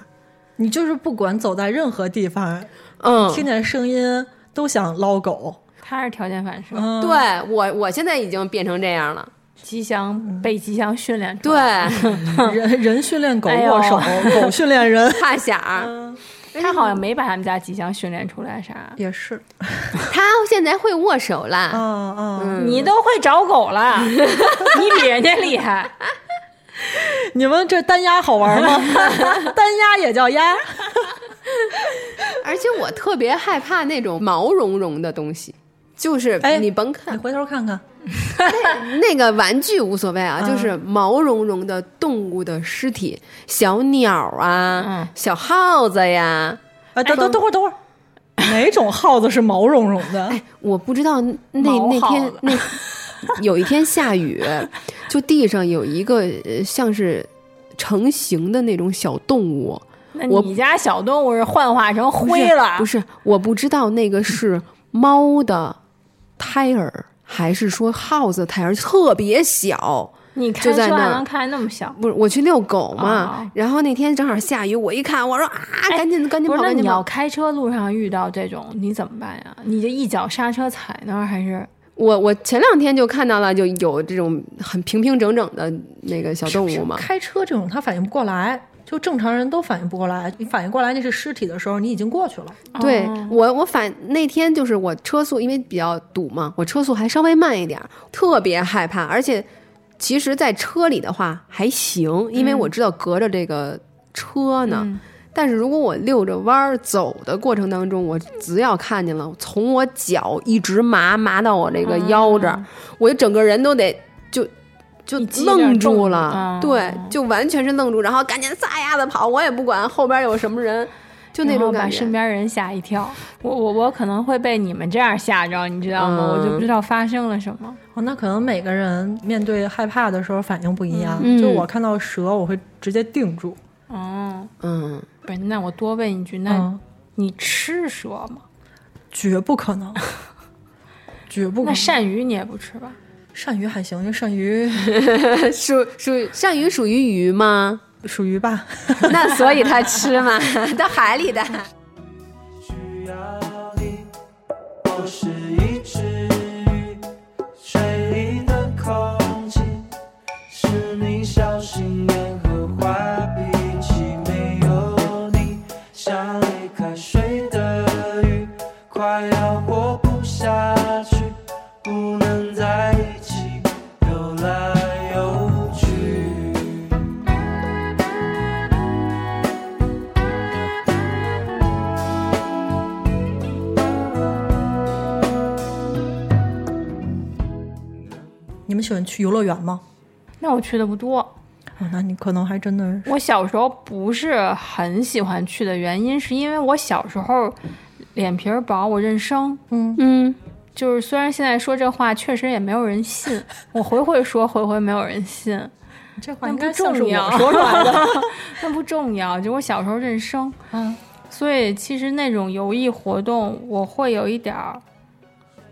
Speaker 2: 你就是不管走在任何地方，
Speaker 4: 嗯，
Speaker 2: 听见声音都想捞狗。
Speaker 3: 他是条件反射，
Speaker 2: 嗯，
Speaker 4: 对我我现在已经变成这样了，
Speaker 3: 吉祥被吉祥训练出
Speaker 4: 对，
Speaker 3: 来。
Speaker 2: 人人训练狗
Speaker 3: 哎呦
Speaker 2: 握手，狗训练人。
Speaker 4: 怕响儿。
Speaker 3: 对，他好像没把他们家吉祥训练出来啥。
Speaker 2: 也是，
Speaker 4: 他现在会握手
Speaker 2: 啊
Speaker 4: 啦，
Speaker 2: 啊！
Speaker 4: 嗯
Speaker 3: 你都会找狗了， 你比人家厉害。
Speaker 2: 你们这单鸭好玩 吗？单鸭也叫鸭，
Speaker 4: 而且我特别害怕那种毛茸茸的东西，就是
Speaker 2: 哎
Speaker 4: 你甭
Speaker 2: 你
Speaker 4: 看、
Speaker 2: 回头看看，
Speaker 4: 那个玩具无所谓啊，
Speaker 3: 嗯
Speaker 4: 就是毛茸茸的动物的尸体，小鸟啊，
Speaker 3: 嗯
Speaker 4: 小耗子呀，
Speaker 2: 啊，等等等会儿等会儿，哪种耗子是毛茸茸的？
Speaker 4: 我不知道 那
Speaker 3: 毛
Speaker 4: 那
Speaker 3: 耗
Speaker 4: 天
Speaker 3: 子
Speaker 4: 那有一天下雨，就地上有一个呃像是成型的那种小动物，
Speaker 3: 那
Speaker 4: 我
Speaker 3: 你家小动物是幻化成灰了？
Speaker 4: 不是，我不知道那个是猫的胎儿，还是说耗子胎儿，特别小。
Speaker 3: 你开
Speaker 4: 就在
Speaker 3: 车还
Speaker 4: 那儿
Speaker 3: 能看见那么小？
Speaker 4: 不是，我去遛狗嘛，
Speaker 3: 哦
Speaker 4: 然后那天正好下雨，我一看，我说啊，
Speaker 3: 哎
Speaker 4: 赶紧赶紧
Speaker 3: 不是，
Speaker 4: 跑，
Speaker 3: 那
Speaker 4: 赶紧
Speaker 3: 你要
Speaker 4: 跑！
Speaker 3: 开车路上遇到这种，你怎么办呀？你就一脚刹车踩那儿，还是
Speaker 4: 我我前两天就看到了，就有这种很平平整整的那个小动物嘛。
Speaker 2: 开车这种他反应不过来，就正常人都反应不过来。你反应过来那是尸体的时候，你已经过去了。
Speaker 4: 对
Speaker 3: 哦
Speaker 4: 我，我反那天就是我车速，因为比较堵嘛，我车速还稍微慢一点儿，特别害怕。而且，其实，在车里的话还行，因为我知道隔着这个车呢。
Speaker 3: 嗯
Speaker 4: 但是如果我溜着弯儿走的过程当中，我只要看见了，从我脚一直麻麻到我这个腰这儿，我就整个人都得就就
Speaker 3: 嗯一激灵
Speaker 4: 愣住
Speaker 3: 动
Speaker 4: 了，
Speaker 3: 啊
Speaker 4: 对，就完全是愣住，然后赶紧撒丫子跑，我也不管后边有什么人，就那
Speaker 3: 然
Speaker 4: 种
Speaker 3: 后
Speaker 4: 感
Speaker 3: 把
Speaker 4: 觉。
Speaker 3: 身边人吓一跳？我我我可能会被你们这样吓着，你知道吗？
Speaker 4: 嗯
Speaker 3: 我就不知道发生了什么。
Speaker 2: 哦，那可能每个人面对害怕的时候反应不一样。
Speaker 4: 嗯
Speaker 2: 就我看到蛇，我会直接定住。
Speaker 3: 哦，
Speaker 4: 嗯，
Speaker 3: 不是，那我多问一句，那
Speaker 2: 嗯，
Speaker 3: 你吃蛇吗？
Speaker 2: 绝不可能，绝不可能。
Speaker 3: 那鳝鱼你也不吃吧？
Speaker 2: 鳝鱼还行，因为鳝鱼
Speaker 4: 属属鳝鱼属于 鱼吗？
Speaker 2: 属于吧。
Speaker 4: 那所以它吃 嘛，到海里的。
Speaker 1: 需要你，我是一只鱼，水里的空气是你小心眼和坏脾气，没有你像离开水的鱼，快要活不下去，不能在一起游来游去。
Speaker 2: 你们喜欢去游乐园吗？
Speaker 3: 那我去的不多。
Speaker 2: 哦，那你可能还真的是
Speaker 3: 我小时候不是很喜欢去的原因，是因为我小时候脸皮儿薄，我认生。
Speaker 4: 嗯，
Speaker 3: 就是虽然现在说这话确实也没有人信，我回回说回回没有人信，
Speaker 2: 这话
Speaker 3: 那
Speaker 2: 应
Speaker 3: 不
Speaker 2: 该像是
Speaker 3: 重
Speaker 2: 我
Speaker 3: 要，
Speaker 2: 说出来的。
Speaker 3: 那不重要。就我小时候认生，
Speaker 2: 嗯，
Speaker 3: 所以其实那种游艺活动，我会有一点儿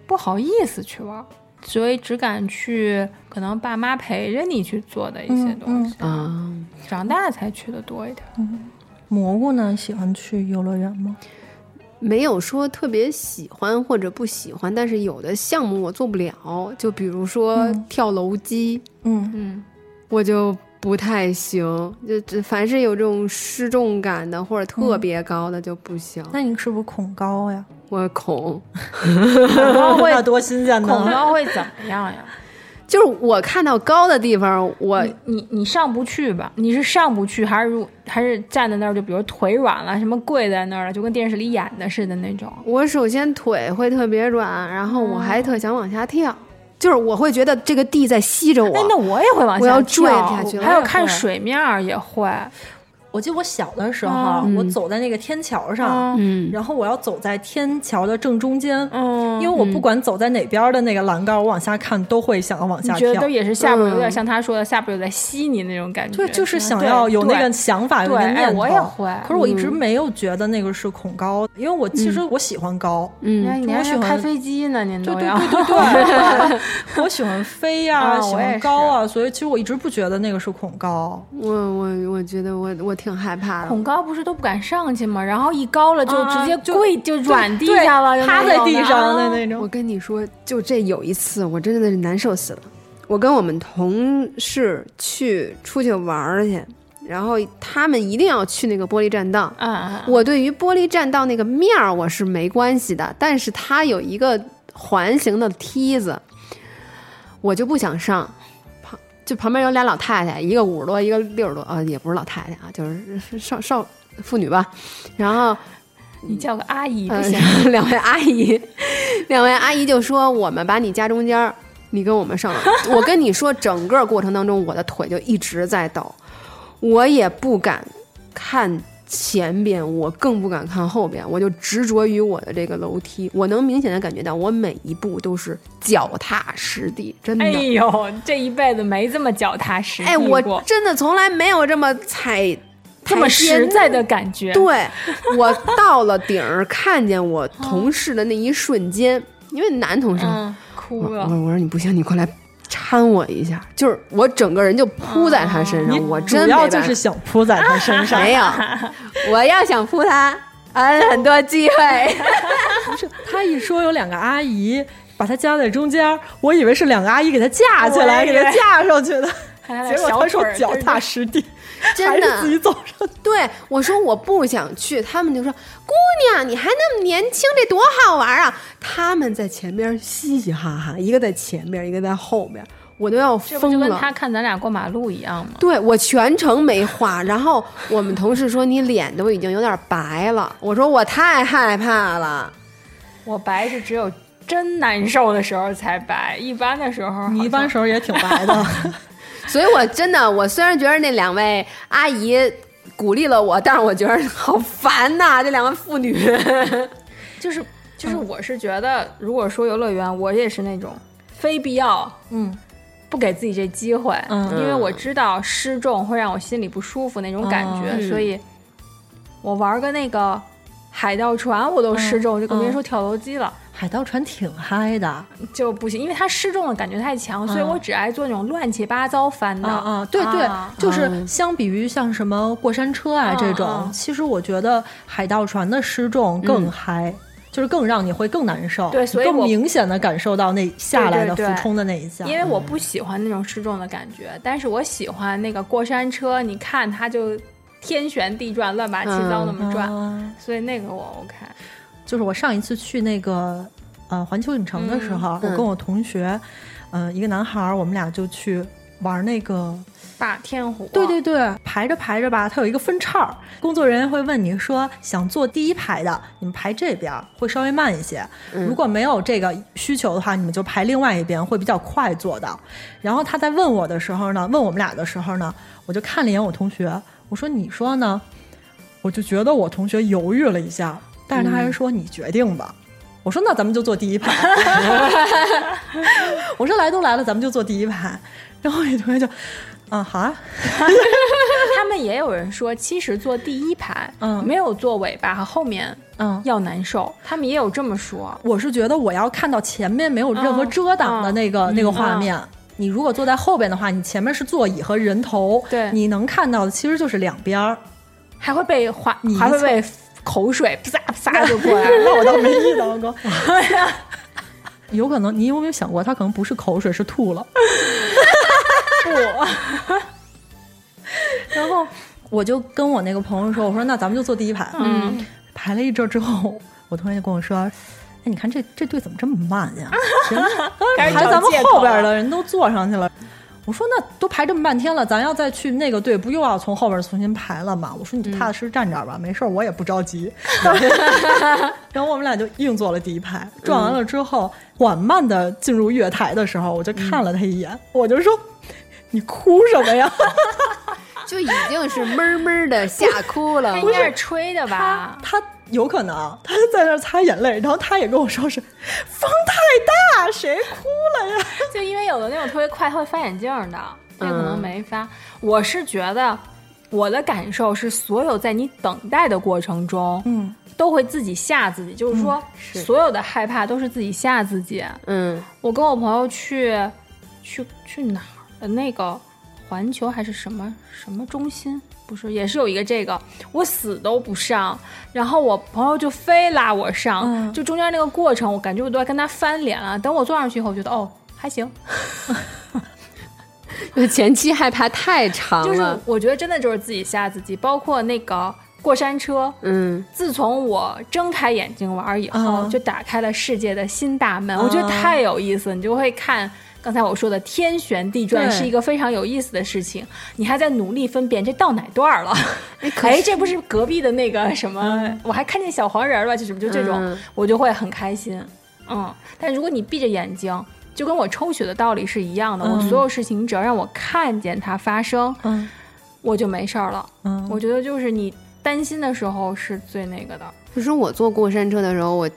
Speaker 3: 不好意思去玩儿，所以只敢去可能爸妈陪着你去做的一些东西。
Speaker 4: 啊，
Speaker 3: 长大才去的多一点儿。
Speaker 2: 蘑菇呢？喜欢去游乐园吗？
Speaker 4: 没有说特别喜欢或者不喜欢，但是有的项目我做不了，就比如说跳楼机，
Speaker 2: 嗯，
Speaker 3: 嗯，
Speaker 4: 我就不太行，就就凡是有这种失重感的或者特别高的就不行，
Speaker 2: 那你是不是恐高呀？
Speaker 4: 我恐。
Speaker 3: 恐高会
Speaker 2: 那多新鲜
Speaker 3: 恐
Speaker 2: 呢！
Speaker 4: 嗯
Speaker 3: 高会怎么样呀？
Speaker 4: 就是我看到高的地方，我
Speaker 3: 你你上不去吧？你是上不去，还是如还是站在那儿就比如腿软了，什么跪在那儿了，就跟电视里演的似的那种？
Speaker 4: 我首先腿会特别软，然后我还特想往下跳，就是我会觉得这个
Speaker 3: 哎
Speaker 4: 地在吸着我。
Speaker 3: 哎，那我也会往下啊
Speaker 4: 我要
Speaker 3: 跳
Speaker 4: 坠下去了
Speaker 3: 还
Speaker 4: 我
Speaker 3: 有
Speaker 4: 也
Speaker 3: 看
Speaker 4: 会
Speaker 3: 水面儿也会。
Speaker 2: 我记得我小的时候，啊
Speaker 3: 嗯
Speaker 2: 我走在那个天桥上，
Speaker 4: 嗯，
Speaker 2: 然后我要走在天桥的正中间，
Speaker 3: 嗯
Speaker 2: 因为我不管走在哪边的那个栏杆，我往下看都会想要往
Speaker 3: 你
Speaker 2: 下
Speaker 3: 觉
Speaker 2: 跳
Speaker 3: 得。也是下边有点
Speaker 4: 嗯
Speaker 3: 像他说的，下边有在吸你那种感觉。
Speaker 2: 对，就是
Speaker 3: 吧
Speaker 2: 想要有那个
Speaker 3: 对
Speaker 2: 想法，有
Speaker 3: 对
Speaker 2: 那个
Speaker 3: 哎
Speaker 2: 念头。
Speaker 3: 我也会
Speaker 2: 可是我一嗯直没有觉得那个是恐高，因为我其实我喜欢高，
Speaker 4: 嗯
Speaker 3: 你看，你
Speaker 2: 我
Speaker 3: 还
Speaker 2: 嗯喜
Speaker 3: 要
Speaker 2: 欢
Speaker 3: 开飞机呢，您
Speaker 2: 对
Speaker 3: 都
Speaker 2: 对
Speaker 3: 要。
Speaker 2: 对 对对，我喜欢飞呀、
Speaker 3: 啊
Speaker 2: 喜
Speaker 3: 我也
Speaker 2: 欢
Speaker 3: 是
Speaker 2: 高啊，所以其实我一直不觉得那个是恐高。
Speaker 4: 我我我觉得我我挺害怕的
Speaker 3: 恐。高不是都不敢上去吗？然后一高了就直接跪，就软地
Speaker 2: 啊对
Speaker 3: 下了，就
Speaker 2: 趴
Speaker 3: 那
Speaker 2: 在
Speaker 3: 种
Speaker 2: 地
Speaker 3: 的
Speaker 2: 上
Speaker 3: 啊
Speaker 2: 的那
Speaker 4: 我
Speaker 2: 种。
Speaker 4: 跟你说，就这有一次，我真的是难受死了。我跟我们同事去出去玩儿去，然后他们一定要去那个玻璃栈道。
Speaker 3: 啊啊！
Speaker 4: 我对于玻璃栈道那个面儿我是没关系的，但是它有一个环形的梯子，我就不想上。旁就旁边有俩老太太，一个五十多，一个六十多，呃，也不是老太太啊，就是少少妇女吧。然后
Speaker 3: 你叫个阿姨不
Speaker 4: 嗯，
Speaker 3: 行，
Speaker 4: 两位阿姨，两位阿姨就说：“我们把你夹中间儿，你跟我们上来。”我跟你说，整个过程当中，我的腿就一直在抖，我也不敢看前边，我更不敢看后边，我就执着于我的这个楼梯。我能明显的感觉到，我每一步都是脚踏实地，真的。
Speaker 3: 哎呦，这一辈子没这么脚踏实
Speaker 4: 哎，
Speaker 3: 地
Speaker 4: 我
Speaker 3: 过，
Speaker 4: 真的从来没有这么踩
Speaker 3: 这么
Speaker 4: 台阶
Speaker 3: 实在的感觉。
Speaker 4: 对我到了顶儿，看见我同事的那一瞬间，因为男同事，
Speaker 3: 哦嗯，
Speaker 4: 我
Speaker 3: 哭
Speaker 4: 我
Speaker 3: 了。
Speaker 4: 我说你不行，你过来搀我一下，就是我整个人就扑在他身
Speaker 3: 嗯
Speaker 4: 上，我真
Speaker 2: 主
Speaker 4: 没
Speaker 2: 要
Speaker 4: 办法
Speaker 2: 就是想扑在他身 上，
Speaker 4: 没有，我要想扑他，嗯，很多机 会。
Speaker 2: 不是他一说有两个阿姨把他夹在中间，我以为是两个阿姨给他架起
Speaker 3: 我
Speaker 2: 来，
Speaker 3: 也
Speaker 2: 给
Speaker 3: 以为
Speaker 2: 他架上 去的，
Speaker 3: 看他俩
Speaker 2: 结果他说
Speaker 3: 小腿儿
Speaker 2: 脚踏
Speaker 3: 就是
Speaker 2: 实地，
Speaker 4: 真
Speaker 2: 还
Speaker 4: 的
Speaker 2: 是自己 走上去。
Speaker 4: 对我说我不想去，他们就说姑娘你还那么年轻，这多好玩啊！他们在前边嘻嘻哈哈，一个在前边，一个在后边，我都
Speaker 3: 这
Speaker 4: 要
Speaker 3: 不就
Speaker 4: 疯
Speaker 3: 跟
Speaker 4: 了。
Speaker 3: 他看咱俩过马路一样吗？
Speaker 4: 对我全程没画，然后我们同事说你脸都已经有点白了，我说我太害怕了。
Speaker 3: 我白是只有真难受的时候才白，一般的时候
Speaker 2: 你一般
Speaker 3: 是
Speaker 2: 时候也挺白的，
Speaker 4: 所以我真的，我虽然觉得那两位阿姨鼓励了我，但是我觉得好烦呐、这两位妇 女。
Speaker 3: 就是就是
Speaker 2: 嗯
Speaker 3: 我是觉得，如果说游乐园，我也是那种非必要
Speaker 2: 嗯，
Speaker 3: 不给自己这机会，
Speaker 2: 嗯
Speaker 3: 因为我知道失重会让我心里不舒服那种感觉，
Speaker 4: 嗯
Speaker 3: 所以我玩个那个海盗船我都
Speaker 2: 嗯
Speaker 3: 失重，就更别说跳楼机了，
Speaker 2: 海盗船挺嗨的啊
Speaker 3: 就不行，因为它失重的感觉太强，
Speaker 2: 嗯
Speaker 3: 所以我只爱做那种乱七八糟翻的。
Speaker 2: 啊！对对
Speaker 3: 啊，
Speaker 2: 就是相比于像什么过山车啊
Speaker 3: 嗯
Speaker 2: 这
Speaker 3: 嗯
Speaker 2: 种，其实我觉得海盗船的失重更嗨。就是更让你会更难受，
Speaker 3: 对所以
Speaker 2: 更
Speaker 3: 我
Speaker 2: 明显的感受到那下来的
Speaker 3: 对对
Speaker 2: 俯
Speaker 3: 对
Speaker 2: 冲的那一下，
Speaker 3: 因为我不喜欢那种失重的感觉，但是我喜欢那个过山车，你看它就天旋地转、乱八七糟那么转，
Speaker 2: 啊
Speaker 3: 所以那个我 OK。
Speaker 2: 就是我上一次去那个呃环球影城的时候，
Speaker 4: 嗯
Speaker 2: 我跟我同学，呃，一个男孩儿，我们俩就去玩那个。
Speaker 3: 霸天虎，
Speaker 2: 对对对，排着排着吧，它有一个分叉儿，工作人员会问你说想坐第一排的，你们排这边儿会稍微慢一些。如果没有这个需求的话，你们就排另外一边，会比较快做到。然后他在问我的时候呢，问我们俩的时候呢，我就看了一眼我同学，我说你说呢？我就觉得我同学犹豫了一下，但是他还是说你决定吧。 我说那咱们就坐第一排。我说来都来了，咱们就坐第一排。然后我同学就，啊好啊，
Speaker 3: 他们也有人说，其实坐第一排，
Speaker 2: 嗯
Speaker 3: 没有坐尾巴和后面
Speaker 2: 嗯，
Speaker 3: 要难受，他们也有这么说。
Speaker 2: 我是觉得我要看到前面没有任何遮挡的那个、那个画面。你如果坐在后边的话，你前面是座椅和人头，
Speaker 3: 对
Speaker 2: 你能看到的其实就是两边儿。
Speaker 3: 还会被滑
Speaker 2: 你，一
Speaker 3: 还会
Speaker 2: 侧
Speaker 3: 被口水啪啪就过 来了。
Speaker 2: 那我倒没遇到过。 有可能你有没有想过，他可能不是口水，是吐了。
Speaker 3: 不，
Speaker 2: 然后我就跟我那个朋友说，我说那咱们就坐第一排。
Speaker 3: 嗯，
Speaker 2: 排了一阵儿之后，我同学就跟我说：“哎，你看这这队怎么这么慢 呀？人
Speaker 3: 开始
Speaker 2: 排
Speaker 3: 找
Speaker 2: 咱们
Speaker 3: 借口
Speaker 2: 后边儿
Speaker 3: 了
Speaker 2: 的人都坐上去了。”我说：“那都排这么半天了，咱要再去那个队，不又要从后边儿重新排了吗？”我说：“你
Speaker 3: 嗯
Speaker 2: 就踏踏实实站这儿吧，没事儿，我也不着 急。”然后我们俩就硬坐了第一排。转完了之后，缓慢的进入月台的时候，我就看了他一眼，我就说：“你哭什么呀？”
Speaker 4: 就已经是闷闷的吓哭了
Speaker 3: 他。应该是吹的吧？
Speaker 2: 他有可能他在那儿擦眼泪，然后他也跟我说是风太大，谁哭了呀？
Speaker 3: 就因为有的那种特别快，它会翻眼镜的，这可
Speaker 2: 嗯
Speaker 3: 能没发。我是觉得我的感受是，所有在你等待的过程中，
Speaker 2: 嗯，
Speaker 3: 都会自己吓自己，就是说，所有的害怕都是自己吓自己。
Speaker 4: 嗯
Speaker 3: 我跟我朋友去去去哪儿？呃那个环球还是什么什么中心？不是，也是有一个这个，我死都不上。然后我朋友就非拉我上，
Speaker 2: 嗯
Speaker 3: 就中间那个过程，我感觉我都要跟他翻脸了。等我坐上去以后，我觉得哦还行，，
Speaker 4: 就前期害怕太长
Speaker 3: 就是
Speaker 4: 了。
Speaker 3: 我觉得真的就是自己吓自己，包括那个过山车。
Speaker 4: 嗯，
Speaker 3: 自从我睁开眼睛玩以后，
Speaker 2: 嗯
Speaker 3: 就打开了世界的新大门，我觉得太有意思了。你就会看刚才我说的天旋地转
Speaker 2: 对
Speaker 3: 是一个非常有意思的事情，你还在努力分辨这到哪段儿了。哎，这不是隔壁的那个什么？我还看见小黄人儿了，就什么就这种，
Speaker 4: 嗯
Speaker 3: 我就会很开心。嗯，但如果你闭着眼睛。就跟我抽血的道理是一样的，我
Speaker 2: 嗯
Speaker 3: 所有事情只要让我看见它发生，
Speaker 2: 嗯
Speaker 3: 我就没事儿了。
Speaker 2: 嗯
Speaker 3: 我觉得就是你担心的时候是最那个的。
Speaker 4: 就是我坐过山车的时候，我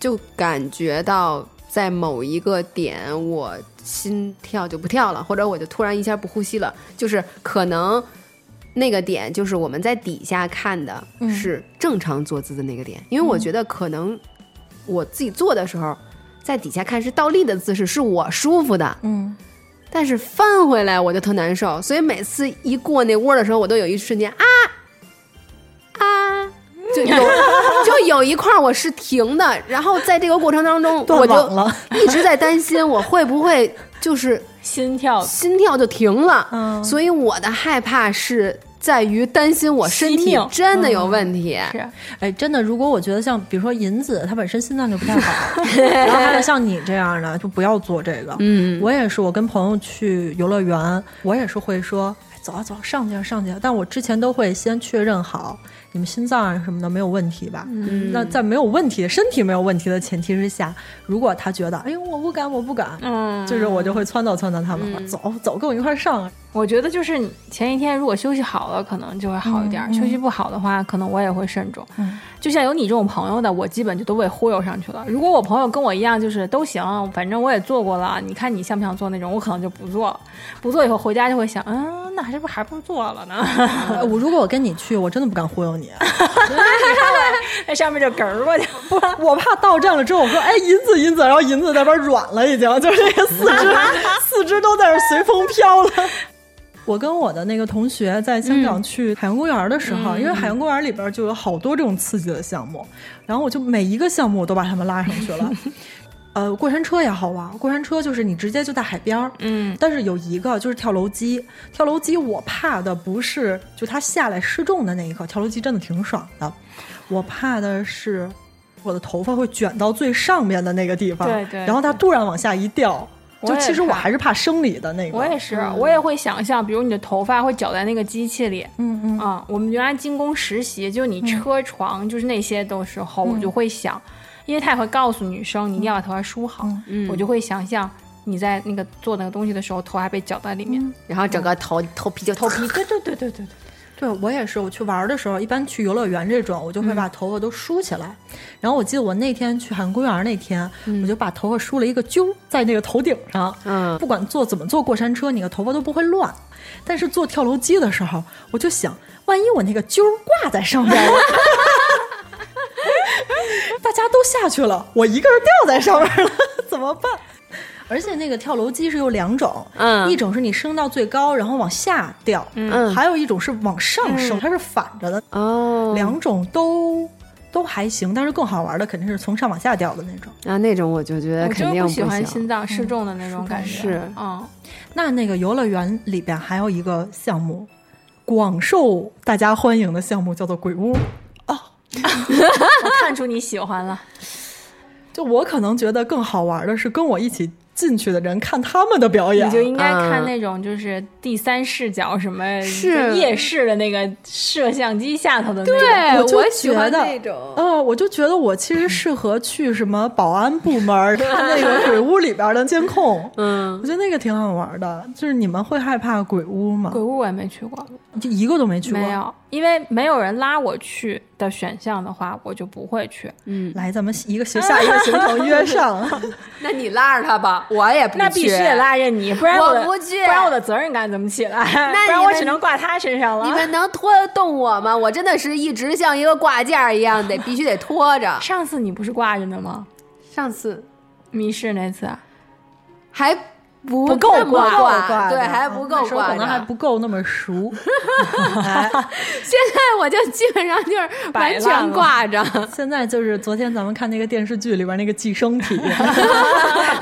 Speaker 4: 就感觉到在某一个点，我心跳就不跳了，或者我就突然一下不呼吸了。就是可能那个点，就是我们在底下看的
Speaker 2: 嗯
Speaker 4: 是正常坐姿的那个点，因为我觉得可能我自己坐的时候，在底下看是倒立的姿势，是我舒服的。
Speaker 2: 嗯，
Speaker 4: 但是翻回来我就特难受，所以每次一过那窝的时候，我都有一瞬间啊啊，就有 就有一块我是停的，然后在这个过程当中，
Speaker 2: 断
Speaker 4: 我就
Speaker 2: 网了
Speaker 4: 一直在担心我会不会就是
Speaker 3: 心跳
Speaker 4: 心跳就停了，
Speaker 2: 嗯
Speaker 4: 所以我的害怕是在于担心我身
Speaker 3: 惜
Speaker 4: 体
Speaker 3: 命
Speaker 4: 真的有问题，
Speaker 3: 是啊
Speaker 2: 哎，真的，如果我觉得像比如说银子，她本身心脏就不太 好，然后还有像你这样的，就不要做这个。嗯，我也是，我跟朋友去游乐园，我也是会说，哎、走啊走啊，上去啊上去啊。但我之前都会先确认好你们心脏啊什么的没有问题吧。嗯，那在没有问题、身体没有问题的前提之下，如果他觉得，哎呦我不敢，我不敢，
Speaker 3: 嗯
Speaker 2: 就是我就会撺掇撺掇他们，走走，跟我一块儿上。啊
Speaker 3: 我觉得就是你前一天如果休息好了，可能就会好一点；休息不好的话，可能我也会慎重。
Speaker 2: 嗯
Speaker 3: 就像有你这种朋友的，我基本就都被忽悠上去了。如果我朋友跟我一样，就是都行，反正我也做过了，你看你像不像做那种？我可能就不做，不做以后回家就会想，嗯，那是不是还不如做了呢？
Speaker 2: 哎我如果我跟你去，我真的不敢忽悠你。
Speaker 3: 在上面就哏儿过去。
Speaker 2: 不， 我怕到站了之后，我说哎，银子银子，然后银子那边软了，已经就是那个四肢四肢都在那儿随风飘了。 我跟我的那个同学在香港去海洋公园的时候，因为海洋公园里边就有好多这种刺激的项目，然后我就每一个项目我都把他们拉上去了。呃，过山车也好玩，过山车就是你直接就在海边儿，
Speaker 3: 嗯，
Speaker 2: 但是有一个就是跳楼机，跳楼机我怕的不是就它下来失重的那一刻，跳楼机真的挺爽的，我怕的是我的头发会卷到最上面的那个地方，
Speaker 3: 对对
Speaker 2: 然后它突然往下一掉，
Speaker 3: 我
Speaker 2: 就
Speaker 3: 也
Speaker 2: 其实我
Speaker 3: 怕
Speaker 2: 还是怕生理的那个，
Speaker 3: 我也是，我也会想象，比如你的头发会绞在那个机器里，
Speaker 2: 嗯嗯
Speaker 3: 啊、我们原来进宫实习，就你车床，就是那些的时候，我就会想，因为他也会告诉女生，你一定要把头发梳好，
Speaker 4: 嗯
Speaker 3: 我就会想象你在那个做那个东西的时候，头还被绞在里面，
Speaker 4: 然后整个头头皮就
Speaker 3: 头皮，对对对对对对，
Speaker 2: 对我也是，我去玩的时候，一般去游乐园这种，我
Speaker 3: 嗯
Speaker 2: 就会把头发都梳起来。然后我记得我那天去韩公园那天，
Speaker 3: 嗯
Speaker 2: 我就把头发梳了一个揪在那个头顶上。
Speaker 4: 嗯
Speaker 2: 不管坐怎么坐过山车，你的头发都不会乱。但是坐跳楼机的时候，我就想，万一我那个揪挂在上面了。 大家都下去了，我一个人掉在上面了，怎么办？而且那个跳楼机是有两种，
Speaker 4: 嗯
Speaker 2: 一种是你升到最高，然后往下掉，
Speaker 4: 嗯
Speaker 2: 还有一种是往上升，它是反着的，
Speaker 4: 哦，
Speaker 2: 两种都都还行，但是更好玩的肯定是从上往下掉的那种。
Speaker 4: 啊那种我就觉得
Speaker 3: 我
Speaker 4: 肯
Speaker 3: 就是
Speaker 4: 定
Speaker 3: 不喜欢
Speaker 4: 行
Speaker 3: 心，脏失重的那种感觉，
Speaker 4: 失重是
Speaker 3: 嗯，
Speaker 2: 那那个游乐园里边还有一个项目，广受大家欢迎的项目叫做鬼屋。
Speaker 3: 我看出你喜欢了，
Speaker 2: 就我可能觉得更好玩的是跟我一起进去的人看他们的表演
Speaker 3: 你就应该看
Speaker 4: 嗯
Speaker 3: 那种就是第三视角什么
Speaker 4: 是
Speaker 3: 夜视的那个摄像机下头的那种。
Speaker 4: 对
Speaker 2: 我就
Speaker 4: 我喜欢
Speaker 2: 觉得
Speaker 4: 那种
Speaker 2: 哦，我就觉得我其实适合去什么保安部门儿看那个鬼屋里边儿的监控，
Speaker 4: 嗯，
Speaker 2: 我觉得那个挺好玩的。就是你们会害怕鬼屋吗
Speaker 3: 鬼？屋我也没去过，
Speaker 2: 就一个都没去过。
Speaker 3: 没有，因为没有人拉我去的选项的话，我就不会去。
Speaker 2: 来，咱们一个行下一个行程约上。
Speaker 4: 那你拉着他吧，我也不
Speaker 3: 那必须得。拉着你，不然
Speaker 4: 我
Speaker 3: 的
Speaker 4: 不去
Speaker 3: 不然我的责任感怎么起来？
Speaker 4: 你
Speaker 3: 不然我
Speaker 4: 们
Speaker 3: 只能挂他身上
Speaker 4: 你
Speaker 3: 了。。
Speaker 4: 们能拖得动我吗？我真的是一直像一个挂件儿一样，得 必须得拖着
Speaker 3: 上次你不是挂着呢吗？
Speaker 4: 上次
Speaker 3: 密室那次，
Speaker 4: 还不
Speaker 3: 不够
Speaker 4: 那么
Speaker 3: 挂
Speaker 4: 挂，对，还不
Speaker 2: 不
Speaker 4: 够挂
Speaker 2: 可能还
Speaker 4: 着。
Speaker 2: 不够那么熟。
Speaker 4: 现在我就基本上就是
Speaker 3: 摆
Speaker 4: 完
Speaker 3: 烂了
Speaker 4: 全挂着。
Speaker 2: 现在就是昨天咱们看那个电视剧里边那个寄生 体，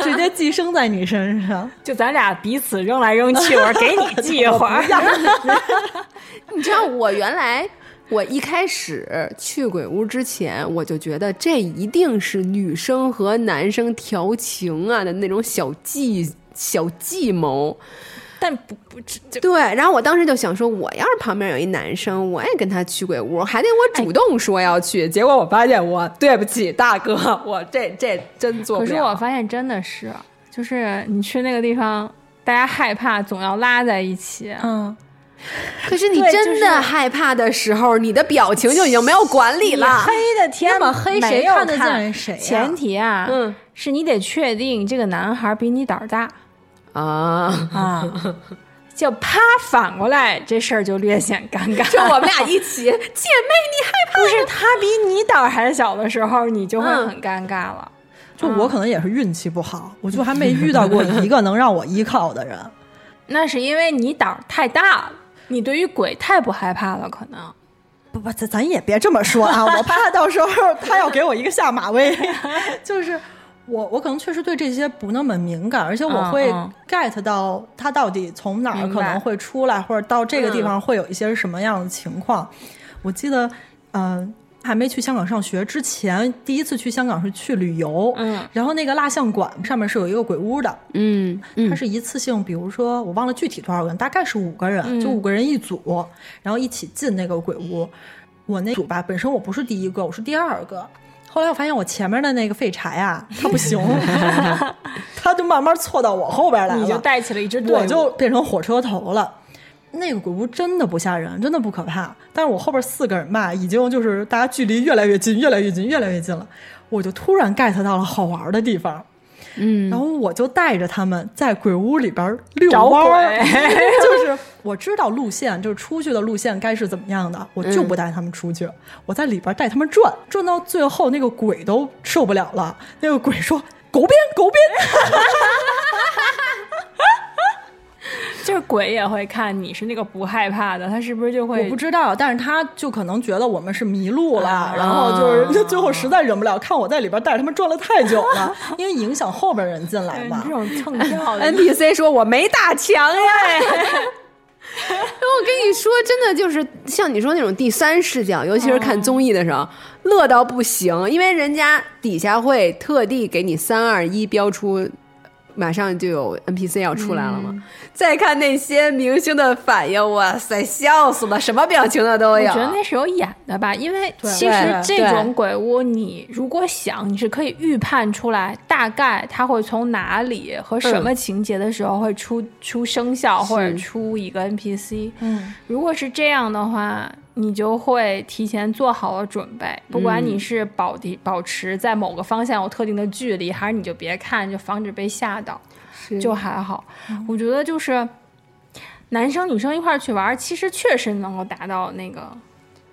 Speaker 2: 直接寄生在你身上。
Speaker 3: 就咱俩彼此扔来扔 去，我说给你记一会儿。
Speaker 4: 你知道我原来我一开始去鬼屋之前，我就觉得这一定是女生和男生调情啊的那种小计小计谋。
Speaker 3: 但不不这这
Speaker 4: 对，然后我当时就想说，我要是旁边有一男生，我也跟他去鬼屋，还得我主动说要去。结果我发现我，对不起大哥，我这这真做不
Speaker 3: 可
Speaker 4: 了。
Speaker 3: 是我发现真的是，就是你去那个地方，大家害怕总要拉在一起。
Speaker 2: 嗯，
Speaker 4: 可是你
Speaker 3: 对就
Speaker 4: 真
Speaker 3: 是
Speaker 4: 的害怕的时候，你的表情就已经没有管理了。
Speaker 3: 黑的天
Speaker 2: 那么黑
Speaker 3: 没
Speaker 2: 谁
Speaker 3: 有
Speaker 2: 看得见谁呀
Speaker 3: 前提啊，
Speaker 4: 嗯
Speaker 3: 是你得确定这个男孩比你胆儿大
Speaker 4: 啊，
Speaker 3: 啊。 就啪反过来，这事儿就略显尴尬。
Speaker 4: 就我们俩一起，姐妹，你害怕
Speaker 3: 不是他比你胆儿还小的时候，你就会
Speaker 4: 嗯
Speaker 3: 很尴尬了。
Speaker 2: 就我可能也是运气不好，我就还没遇到过一个能让我依靠的人。
Speaker 3: 那是因为你胆儿太大了，你对于鬼太不害怕了，可能。
Speaker 2: 不不，咱咱也别这么说啊，我怕到时候他要给我一个下马 威。就是我，我可能确实对这些不那么敏感，而且我会
Speaker 3: 嗯
Speaker 2: get 到他到底从哪儿
Speaker 3: 明
Speaker 2: 可
Speaker 3: 白嗯
Speaker 2: 能会出来，或者到这个地方会有一些什么样的情况。我记得，嗯、还没去香港上学之前，第一次去香港是去旅游，
Speaker 3: 嗯，
Speaker 2: 然后那个蜡像馆上面是有一个鬼屋的，
Speaker 4: 嗯嗯
Speaker 2: 它是一次性，比如说我忘了具体多少个人，大概是五个人，
Speaker 3: 嗯
Speaker 2: 就五个人一组，然后一起进那个鬼屋。我那组吧，本身我不是第一个，我是第二个。后来我发现我前面的那个废柴啊，他不 行，他就慢慢错到我后边来了，
Speaker 3: 你就带起了一支队伍，
Speaker 2: 我就变成火车头了。那个鬼屋真的不吓人，真的不可怕。但是我后边四个人吧，已经就是大家距离越来越近，越来越近，越来越近了。我就突然 get 到了好玩的地方，嗯，然后我就带着他们在鬼屋里边遛
Speaker 3: 找
Speaker 2: 弯儿，
Speaker 3: 鬼
Speaker 2: 就是我知道路线，就是出去的路线该是怎么样的，我就
Speaker 3: 嗯
Speaker 2: 不带他们出去，我在里边带他们转，转到最后那个鬼都受不了了，那个鬼说狗鞭狗鞭，
Speaker 3: 就是鬼也会看你是那个不害怕的，他是不是就会？
Speaker 2: 我不知道，但是他就可能觉得我们是迷路了，
Speaker 3: 啊
Speaker 2: 然后就是 最后实在忍不了，看我在里边带着他们转了太久了，因为影响后边人进来
Speaker 3: 哎
Speaker 2: 嘛
Speaker 3: 这。种蹭 票的，
Speaker 4: NPC 说我没打墙
Speaker 3: 哎
Speaker 4: 呀。 我跟你说，真的就是像你说那种第三视角，尤其是看综艺的时候，
Speaker 3: 嗯
Speaker 4: 乐到不行，因为人家底下会特地给你三二一标出。马上就有 NPC 要出来了
Speaker 3: 嗯
Speaker 4: 嘛！再看那些明星的反应，哇塞，笑死了，什么表情的都
Speaker 3: 我
Speaker 4: 有。
Speaker 3: 觉得那是有演的吧，因为其实
Speaker 4: 对
Speaker 3: 这种鬼屋，你如果想，你是可以预判出来大概它会从哪里
Speaker 4: 嗯
Speaker 3: 和什么情节的时候会出、出生效或者出一个 NPC。
Speaker 2: 嗯，
Speaker 3: 如果是这样的话，你就会提前做好了准备，不管
Speaker 4: 嗯
Speaker 3: 你是保底保持在某个方向有特定的距离，还是你就别看，就防止被吓到。
Speaker 4: 是
Speaker 3: 就还好。
Speaker 4: 嗯
Speaker 3: 我觉得就是男生女生一块儿去玩儿，其实确实能够达到那个，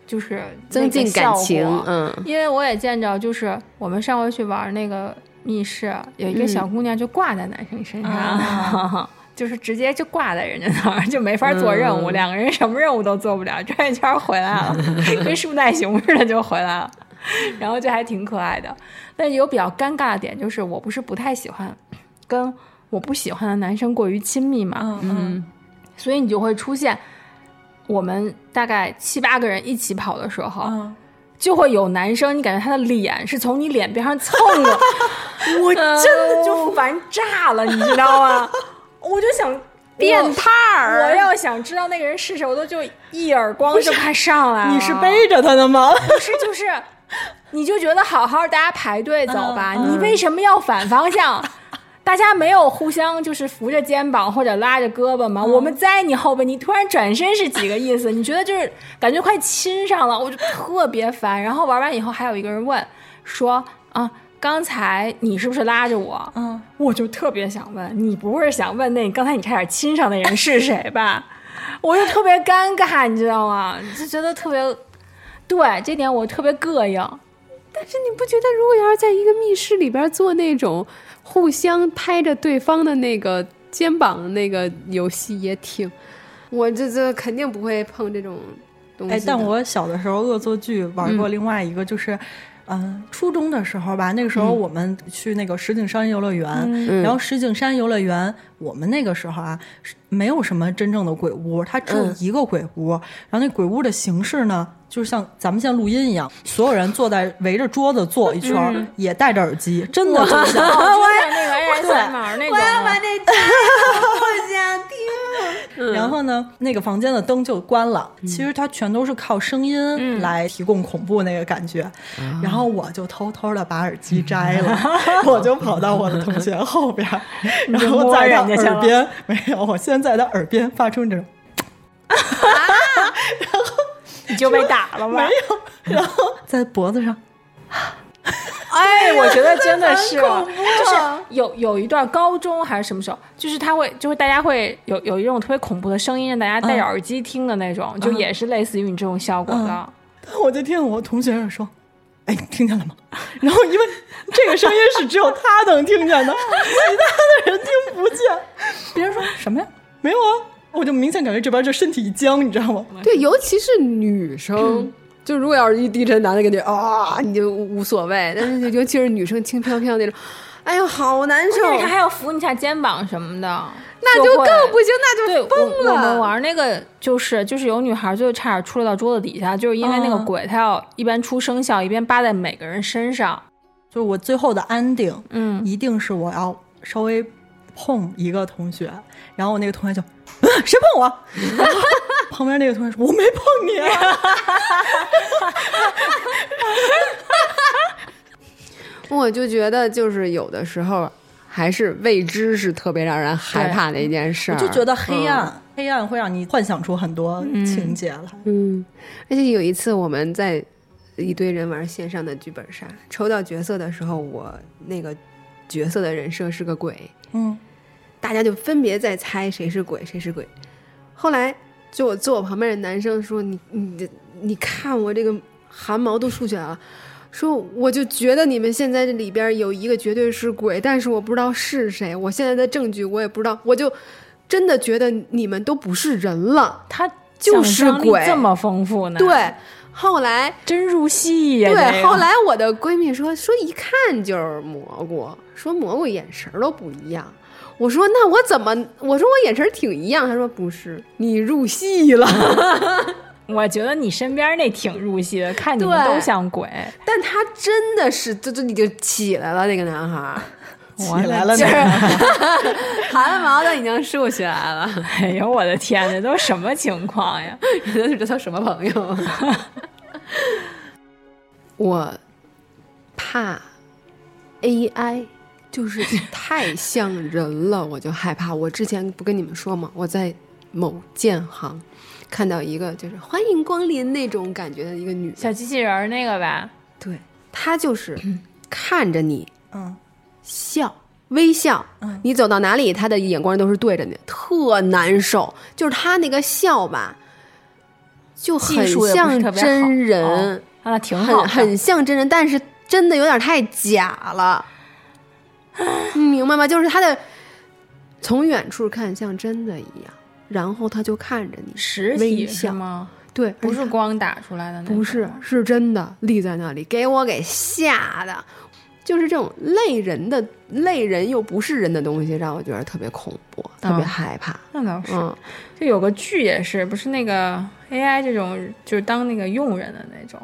Speaker 3: 就是
Speaker 4: 增进感
Speaker 3: 那
Speaker 4: 情
Speaker 3: 个效，果
Speaker 4: 嗯，
Speaker 3: 因为我也见着，就是我们上回去玩儿那个密室，有一个小姑娘就挂在男生身上。
Speaker 2: 啊
Speaker 3: 就是直接就挂在人家那儿，就没法做任
Speaker 2: 嗯
Speaker 3: 务，两个人什么任务都做不了，转一圈儿回来 了，跟树袋熊似的就回来了，然后就还挺可爱的。但有比较尴尬的点就是，我不是不太喜欢跟我不喜欢的男生过于亲密嘛，
Speaker 2: 嗯嗯，
Speaker 3: 所以你就会出现我们大概七八个人一起跑的时候，
Speaker 2: 嗯
Speaker 3: 就会有男生，你感觉他的脸是从你脸边上蹭 的，我真的就烦炸了，你知道吗？呃 我就想
Speaker 4: 变态儿
Speaker 3: 我要想知道那个人是谁，我都就一耳光就快上来了。
Speaker 2: 你是背着他的吗？
Speaker 3: 不是就是，你就觉得好好大家排队走吧，你为什么要反方向？大家没有互相就是扶着肩膀或者拉着胳膊吗？我们在你后边，你突然转身是几个意思？ 你觉得就是感觉快亲上了，我就特别烦。然后玩完以后，还有一个人问说啊。刚才你是不是拉着我？
Speaker 2: 嗯，
Speaker 3: 我就特别想问，你不会是想问那刚才你差点亲上的人是谁吧？ 我就特别尴尬，你知道吗？就觉得特别对这点我特别膈 应。
Speaker 4: 但是你不觉得，如果要是在一个密室里边做那种互相拍着对方的那个肩膀的那个游戏，也挺……我这这肯定不会碰这种东西的。
Speaker 2: 哎，但我小的时候恶作剧玩过另外一个，就是，嗯、初中的时候吧，那个时候我们去那个石景山游乐园，然后石景山游乐园，我们那个时候啊，是没有什么真正的鬼屋，它只有一个鬼屋，然后那鬼屋的形式呢。就是像咱们像录音一样，所有人坐在围着桌子坐一圈儿，也戴着耳机，真的就像
Speaker 3: 哦，就像那个 ASMR 那种的，
Speaker 4: 那真的不想听。
Speaker 3: 嗯
Speaker 2: 然后呢，那个房间的灯就关了。其实它全都是靠声
Speaker 3: 嗯
Speaker 2: 音来提供恐怖那个感觉。然后我就偷偷的把耳机摘 了，我就跑到我的同学后边儿，然后在他
Speaker 3: 你就摸人家去了
Speaker 2: 耳边，没有，我先在他耳边发出那种
Speaker 3: 你就被打了吧？
Speaker 2: 没有，然后在脖子上，
Speaker 3: 哎，我觉得真的是，就是啊有有一段高中还是什么时候，就是他会，就会大家会有有一种特别恐怖的声音，让大家戴着耳机听的那种，就也是类似于你这种效果的。
Speaker 2: 我就听我同学说。哎，你听见了吗？ 然后因为这个声音是只有他能听见的， 其他的人听不见。别人说什么呀？没有啊，我就明显感觉这边就身体一僵，你知道吗？
Speaker 4: 对，尤其是女生，
Speaker 2: 嗯
Speaker 4: 就如果要是一低沉，男的感觉啊，你就无所谓。但是尤其是女生轻飘飘那种，哎呦，好难受，
Speaker 3: 但是他还要扶你一下肩膀什么的，
Speaker 4: 那就
Speaker 3: 会
Speaker 4: 更不行，那
Speaker 3: 对，
Speaker 4: 就
Speaker 3: 我
Speaker 4: 疯
Speaker 3: 我们
Speaker 4: 了。
Speaker 3: 玩那个就是就是有女孩最后差点出了到桌子底下，就是因为那个
Speaker 2: 嗯
Speaker 3: 鬼她要一边出生效一边扒在每个人身上。
Speaker 2: 就是我最后的安定，
Speaker 3: 嗯，
Speaker 2: 一定是我要稍微碰一个同学，然后我那个同学就，嗯谁碰我？ 然后旁边那个同学说我没碰你啊、
Speaker 4: 我就觉得，就是有的时候还是未知是特别让人害怕的一件事
Speaker 2: 我
Speaker 4: 儿，
Speaker 2: 就觉得黑暗、黑暗会让你幻想出很多情节来。
Speaker 4: 嗯，而且有一次我们在一堆人玩线上的剧本杀，抽到角色的时候，我那个角色的人设是个鬼，
Speaker 2: 嗯
Speaker 4: 大家就分别在猜谁是鬼，谁是鬼。后来就我坐我旁边的男生说：“你你这你看我这个汗毛都竖起来了。”说我就觉得你们现在这里边有一个绝对是鬼，但是我不知道是谁。我现在的证据我也不知道，我就真的觉得你们都不是人了。
Speaker 3: 她
Speaker 4: 就是
Speaker 3: 想象力
Speaker 4: 鬼
Speaker 3: 这么丰富呢，，
Speaker 4: 对，后来
Speaker 3: 真入戏呀、这
Speaker 4: 对，
Speaker 3: 个
Speaker 4: 后来我的闺蜜说说一看就是蘑菇，说蘑菇眼神儿都不一样。我说那我怎么？我说我眼神儿挺一样。她说不是，你入戏了。
Speaker 3: 我觉得你身边那挺入戏的，看你们
Speaker 4: 对
Speaker 3: 都像鬼，
Speaker 4: 但他真的是，这这已经起来了，那个男孩儿，
Speaker 2: 起来了
Speaker 4: 就
Speaker 2: 呢
Speaker 4: 是汗毛都已经竖起来了。
Speaker 3: 啊哎呦我的天，这都什么情况呀？
Speaker 4: 这都什么朋友？ 我怕 AI，就是太像人了，我就害怕。我之前不跟你们说吗？我在某建行看到一个就是欢迎光临那种感觉的一个女
Speaker 3: 小
Speaker 4: 的，
Speaker 3: 机器人儿那个吧，
Speaker 4: 对，她就是
Speaker 3: 嗯
Speaker 4: 看着你
Speaker 2: 嗯，
Speaker 4: 笑。微笑，
Speaker 3: 嗯
Speaker 4: 你走到哪里，她的眼光都是对着你，特难受。就是她那个笑吧，就很
Speaker 3: 技术也不是
Speaker 4: 像
Speaker 3: 特别好
Speaker 4: 真人，
Speaker 3: 哦啊，挺好
Speaker 4: 很
Speaker 3: 的，
Speaker 4: 很像真人，但是真的有点太假了，你明白吗？就是他的从远处看像真的一样，然后他就看着你，
Speaker 3: 实
Speaker 4: 微
Speaker 3: 体是
Speaker 4: 笑，
Speaker 3: 吗？
Speaker 4: 对，
Speaker 3: 不
Speaker 4: 而且
Speaker 3: 是光打出来的那种，
Speaker 4: 不是是真的立在那里，给我给吓的，就是这种类人的类人又不是人的东西，让我觉得特别恐怖，特
Speaker 3: 嗯
Speaker 4: 别害怕。
Speaker 3: 那倒是，
Speaker 4: 嗯，
Speaker 3: 就有个剧也是，不是那个 AI 这种，就是当那个佣人的那种，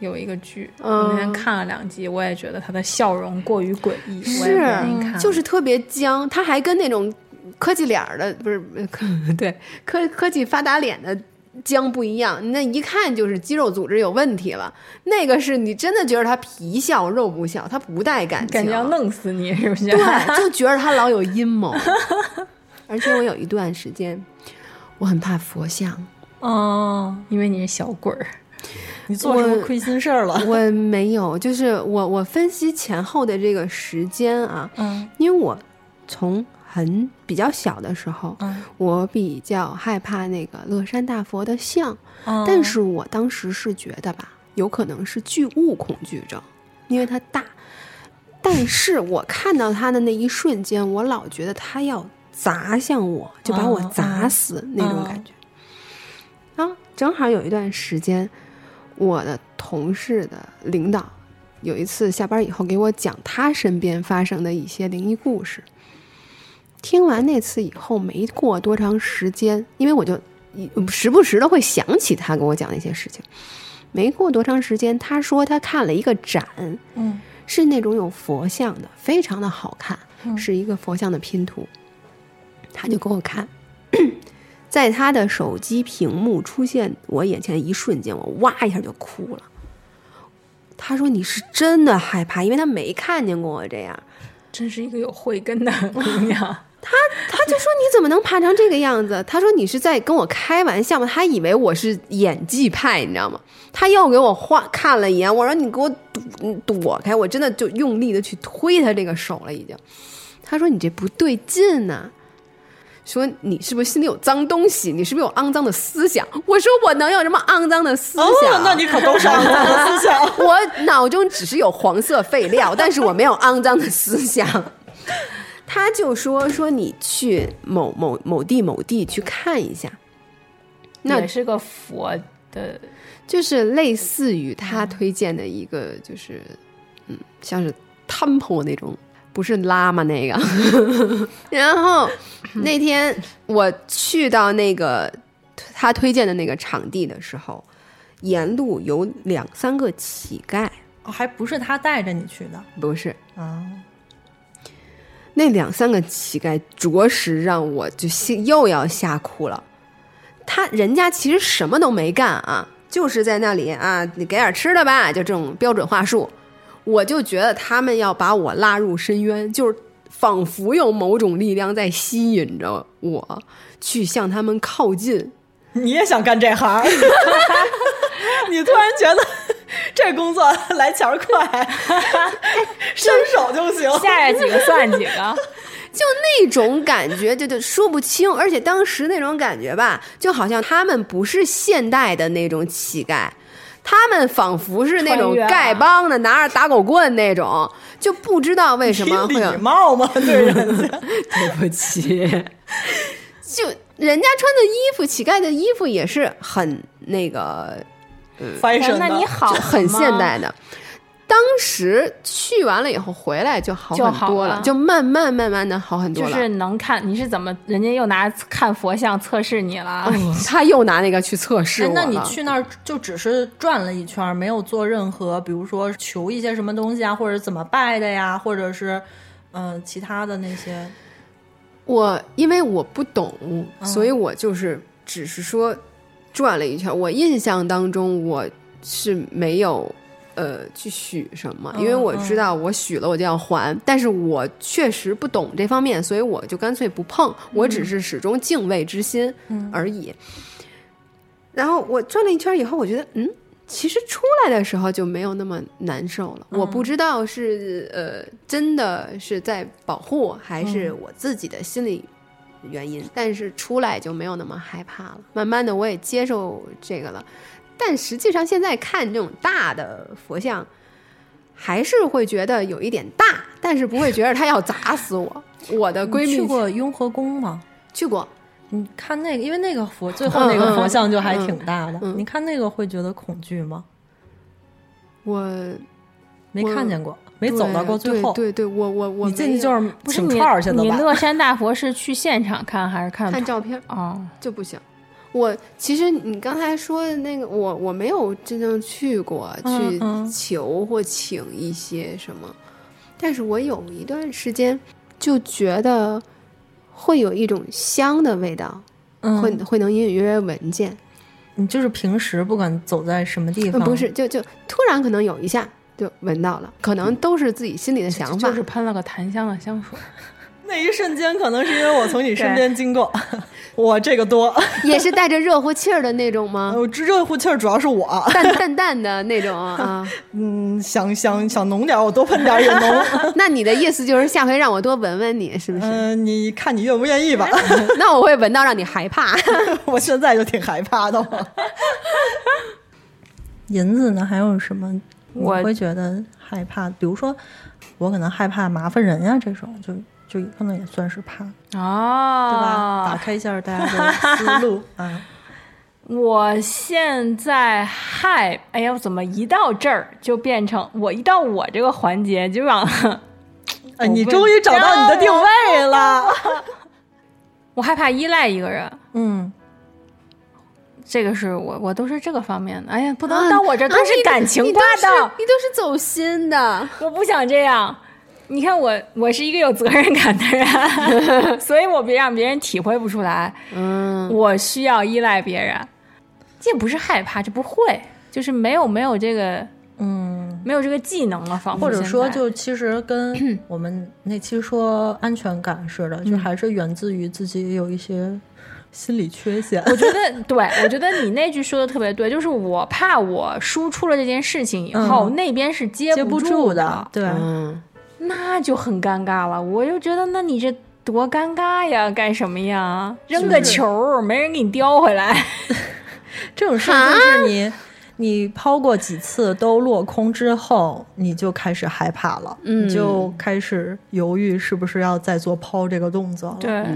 Speaker 3: 有一个剧，
Speaker 4: 嗯
Speaker 3: 我那天看了两集，我也觉得他的笑容过于诡异，我也
Speaker 4: 是
Speaker 3: 不愿意看了。
Speaker 4: 就是特别僵，他还跟那种科技脸儿的不是呃科对科科技发达脸的僵不一样，那一看就是肌肉组织有问题了。那个是你真的觉得他皮笑肉不笑，他不带感情，
Speaker 3: 感觉要弄死你，是不是？
Speaker 4: 对， 就觉得他老有阴谋。 而且我有一段时间，我很怕佛像，
Speaker 2: 哦，
Speaker 3: 因为你是小鬼儿，
Speaker 2: 你做什么
Speaker 4: 我
Speaker 2: 亏心事儿了？
Speaker 4: 我没有，就是我我分析前后的这个时间啊，
Speaker 2: 嗯
Speaker 4: 因为我从很比较小的时候，
Speaker 2: 嗯
Speaker 4: 我比较害怕那个乐山大佛的像，
Speaker 2: 嗯
Speaker 4: 但是我当时是觉得吧，有可能是巨物恐惧症，因为它大。但是我看到它的那一瞬间，我老觉得它要砸向我，就把我
Speaker 2: 嗯
Speaker 4: 砸死那种感觉。啊，正好有一段时间，我的同事的领导有一次下班以后给我讲他身边发生的一些灵异故事。听完那次以后，没过多长时间，因为我就一嗯时不时的会想起他给我讲的一些事情。没过多长时间，他说他看了一个展，
Speaker 2: 嗯
Speaker 4: 是那种有佛像的，非常的好看，是一个佛像的拼图。他就给我看，在他的手机屏幕出现我眼前的一瞬间，我哇一下就哭了。他说：“你是真的害怕，因为他没看见过我这样。”
Speaker 3: 真是一个有慧根的姑娘。
Speaker 4: 他就说：“你怎么能怕成这个样子？”他说：“你是在跟我开玩笑吗？”他以为我是演技派，你知道吗？他又给我画看了一眼，我说：“你给我躲躲开！”我真的就用力的去推他这个手了，已经。他说：“你这不对劲呐、说你是不是心里有脏东西？你是不是有肮脏的思想？我说我能有什么肮脏的思想？
Speaker 2: 哦那你可都是肮脏的思想。
Speaker 4: 我脑中只是有黄色废料，但是我没有肮脏的思想。他就说说你去某某某地某地去看一下，那
Speaker 3: 也是个佛的，
Speaker 4: 就是类似于他推荐的一个，就是嗯，像是 temple 那种，不是拉嘛那个。 然后那天我去到那个他推荐的那个场地的时候，沿路有两三个乞丐，
Speaker 2: 哦 还不是他带着你去的
Speaker 4: 不是
Speaker 2: 啊？
Speaker 4: 那两三个乞丐着实让我就心又要吓哭了。他人家其实什么都没干啊，就是在那里啊，你给点吃的吧，就这种标准话术。我就觉得他们要把我拉入深渊，就是仿佛有某种力量在吸引着我去向他们靠近。
Speaker 2: 你也想干这行？ 你突然觉得这工作来钱儿快， 伸手就行。
Speaker 3: 下下几个算啊几个，
Speaker 4: 就那种感觉，就就说不清。而且当时那种感觉吧，就好像他们不是现代的那种乞丐，他们仿佛是那
Speaker 3: 穿
Speaker 4: 种
Speaker 3: 越啊
Speaker 4: 丐帮的，拿着打狗棍那种，就不知道为什么会有
Speaker 2: 礼貌吗？嗯对人 家，
Speaker 4: 对不起，就人家穿的衣服，乞丐的衣服也是很那个
Speaker 2: ，fashion
Speaker 3: 那
Speaker 2: 的
Speaker 3: 你好了吗，
Speaker 4: 很现代的。当时去完了以后回来就好
Speaker 3: 就
Speaker 4: 很
Speaker 3: 好
Speaker 4: 多
Speaker 3: 了
Speaker 4: 了，就慢慢慢慢的好很多
Speaker 3: 就
Speaker 4: 了。
Speaker 3: 是能看你是怎么，人家又拿看佛像测试你
Speaker 4: 哦
Speaker 3: 了，
Speaker 4: 哎 他又拿那个去测试我
Speaker 2: 哦哎
Speaker 4: 了。
Speaker 2: 那你去那儿就只是转了一圈儿，没有做任何，比如说求一些什么东西啊，或者怎么拜的呀，或者是嗯、呃其他的那些。
Speaker 4: 我因为我不懂，所
Speaker 2: 嗯
Speaker 4: 以我就是只是说转了一圈。我印象当中我是没有呃去许什么，
Speaker 2: 嗯
Speaker 4: 因为我知道我许了我就要还，但是我确实不懂这方面，所以我就干脆不
Speaker 2: 嗯
Speaker 4: 碰。我只是始终敬畏之心而已。然后我转了一圈以后，我觉得嗯。其实出来的时候就没有那么难受
Speaker 2: 嗯
Speaker 4: 了。我不知道是呃，真的是在保护，还
Speaker 2: 嗯
Speaker 4: 是我自己的心理原因。但是出来就没有那么害怕了。慢慢的，我也接受这个了。但实际上，现在看这种大的佛像，还是会觉得有一点大，但是不会觉得它要砸 死我。我的闺蜜
Speaker 2: 你去过雍和宫吗？
Speaker 4: 去过，
Speaker 2: 你看那个，因为那个佛最后那个佛像就还挺大的，
Speaker 4: 嗯嗯嗯
Speaker 2: 你看那个会觉得恐惧吗？
Speaker 4: 我
Speaker 2: 没
Speaker 4: 我
Speaker 2: 看见过，没走到过最后。
Speaker 4: 对对对，我我我
Speaker 2: 你进去就是是
Speaker 3: 不是
Speaker 2: 请
Speaker 3: 你
Speaker 2: 串儿去的
Speaker 3: 你
Speaker 2: 吧？
Speaker 3: 乐山大佛是去现场看还是看
Speaker 4: 看照片
Speaker 3: 哦，
Speaker 4: 就不行。我其实你刚才说的那个，我我没有真正去过
Speaker 2: 嗯
Speaker 4: 去
Speaker 2: 嗯
Speaker 4: 求或请一些什么，但是我有一段时间就觉得会有一种香的味道，
Speaker 2: 嗯，
Speaker 4: 会会能隐隐约约闻见，
Speaker 2: 你就是平时不管走在什么地
Speaker 4: 嗯
Speaker 2: 方，
Speaker 4: 不是就就突然可能有一下就闻到了，可能都是自己心里的想法，
Speaker 3: 就是喷了个檀香的香 水。
Speaker 2: 那一瞬间，可能是因为我从你身边经过， 我这个多，
Speaker 4: 也是带着热乎气儿的那种
Speaker 3: 哦
Speaker 4: 吗？
Speaker 2: 我热乎气儿主要是我，
Speaker 4: 淡淡淡的那种 啊，
Speaker 2: 嗯，想想想浓点儿，我多喷点儿也 浓。
Speaker 4: 啊那你的意思就是下回让我多闻闻你，是不是？
Speaker 2: 嗯、你看你愿不愿意吧？
Speaker 4: 那我会闻到让你害怕。
Speaker 2: 我现在就挺害怕的。 银子呢？还有什么？
Speaker 3: 我
Speaker 2: 你会觉得害怕，比如说，我可能害怕麻烦人呀、这种就就可能也算是怕，对吧？打
Speaker 3: 哦，
Speaker 2: 开一下大家的思 路啊，
Speaker 3: 我现在害，哎呀，怎么一到这儿就变成我一到我这个环节就往，
Speaker 2: 哎，你终于找到你的定位了。
Speaker 3: 我害怕依赖一个人，
Speaker 2: 嗯，
Speaker 3: 这个是我我都是这个方面的。哎呀，不能
Speaker 4: 啊
Speaker 3: 到我这儿都是感情挂的，
Speaker 4: 你都是走心的。
Speaker 3: 我不想这样。你看我，我是一个有责任感的人， 所以我别让别人体会不出来。
Speaker 4: 嗯，
Speaker 3: 我需要依赖别人，这不是害怕，这不会，就是没有没有这个，嗯，没有这个技能了，仿佛
Speaker 2: 或者说，
Speaker 3: 现在
Speaker 2: 就其实 跟我们那期说安全感似的，
Speaker 3: 嗯
Speaker 2: 就还是源自于自己有一些心理缺陷。
Speaker 3: 我觉得，对我觉得你那句说的特别对，就是我怕我输出了这件事情以后，
Speaker 2: 嗯
Speaker 3: 那边是接
Speaker 2: 接不
Speaker 3: 住
Speaker 2: 住的，对，
Speaker 4: 嗯，
Speaker 3: 那就很尴尬了。我就觉得，那你这多尴尬呀，干什么呀？扔个球儿，没人给你叼回来。
Speaker 2: 这种事儿就是你，你抛过几次都落空之后，你就开始害怕了，
Speaker 4: 嗯
Speaker 2: 你就开始犹豫是不是要再做抛这个动
Speaker 4: 哦
Speaker 2: 作了。
Speaker 3: 对，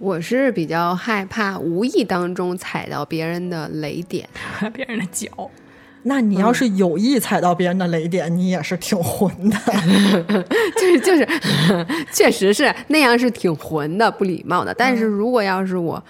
Speaker 4: 我是比较害怕无意当中踩到别人的雷点。
Speaker 3: 别人的脚。
Speaker 2: 那你要是有意踩到别人的雷点，你也是挺混的。
Speaker 4: 就是就是， 确实是那样是挺混的、不礼貌的。但是如果要是我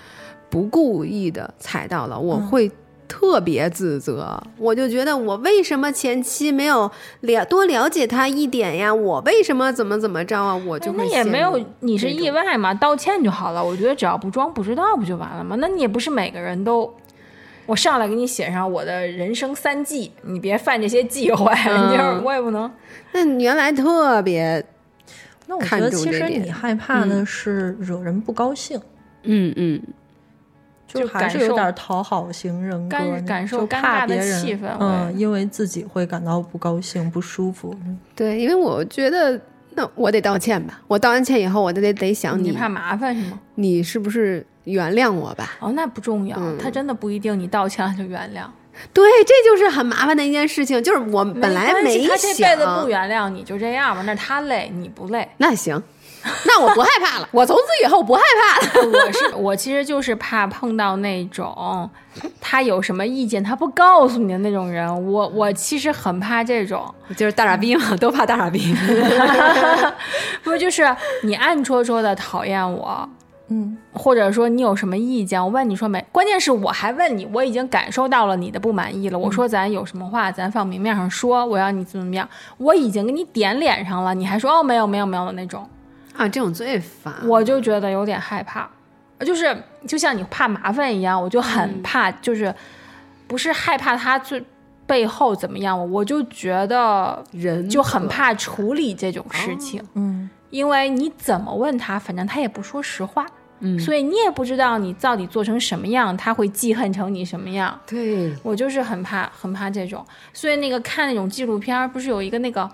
Speaker 4: 不故意的踩到了，我会特别自责，我就觉得我为什么前期没有了多了解他一点呀？我为什么怎么怎么着啊？我就
Speaker 3: 哎那
Speaker 4: 会
Speaker 3: 也没有
Speaker 4: 陷入，
Speaker 3: 你是
Speaker 4: 这种
Speaker 3: 意外嘛，道歉就好了。我觉得只要不装不知道不就完了吗？那你也不是每个人都，我上来给你写上我的人生三忌，你别犯这些忌讳。
Speaker 4: 嗯
Speaker 3: 就是我也不能，
Speaker 4: 那你原来特别，
Speaker 2: 那我觉
Speaker 4: 看
Speaker 2: 得
Speaker 4: 重
Speaker 2: 其
Speaker 4: 这
Speaker 2: 实
Speaker 4: 点
Speaker 2: 你害怕的是惹人不高兴。
Speaker 4: 嗯嗯，
Speaker 2: 就
Speaker 3: 就
Speaker 2: 还
Speaker 3: 感
Speaker 2: 是有
Speaker 3: 受
Speaker 2: 点讨好型人格，
Speaker 3: 感
Speaker 2: 你
Speaker 3: 感受
Speaker 2: 就
Speaker 3: 尴
Speaker 2: 怕
Speaker 3: 尬的
Speaker 2: 别人
Speaker 3: 气氛
Speaker 2: 嗯，
Speaker 3: 会
Speaker 2: 因为自己会感到不高兴、不舒服。
Speaker 4: 对，因为我觉得。那我得道歉吧。我道完歉以后，我得得得想
Speaker 3: 你
Speaker 4: 你，
Speaker 3: 怕麻烦是吗？
Speaker 4: 你是不是原谅我吧？
Speaker 3: 哦，那不重要，
Speaker 4: 嗯
Speaker 3: 他真的不一定你道歉了就原谅。
Speaker 4: 对，这就是很麻烦的一件事情，就是我本来
Speaker 3: 关系
Speaker 4: 没
Speaker 3: 他这辈
Speaker 4: 想。
Speaker 3: 子不原谅你就这样吧，那是他累，你不累。
Speaker 4: 那行，那我不害怕 了，我从此以后不害怕了。
Speaker 3: 我是我其实就是怕碰到那种他有什么意见他不告诉你的那种人，我我其实很怕这种，
Speaker 4: 就是大傻逼嘛，都怕大傻逼。
Speaker 3: 不是就是你暗戳戳的讨厌我，
Speaker 2: 嗯，
Speaker 3: 或者说你有什么意见，我问你说没，关键是我还问你，我已经感受到了你的不满意了，我说咱有什么话咱放明面上说，我要你怎么怎么样，我已经给你点脸上了，你还说哦没有没有没有那种，
Speaker 4: 啊，这种最烦。
Speaker 3: 我就觉得有点害怕，呃就是就像你怕麻烦一样，我就很怕，就是不是害怕他最背后怎么样，我就觉得
Speaker 4: 人
Speaker 3: 就很怕处理这种事情，
Speaker 2: 嗯，
Speaker 3: 因为你怎么问他，反正他也不说实话，嗯，所以你也不知道你到底做成什么样，他会记恨成你什么样，
Speaker 4: 对，
Speaker 3: 我就是很怕很怕这种，所以那个看那种纪录片儿，不是有一个那个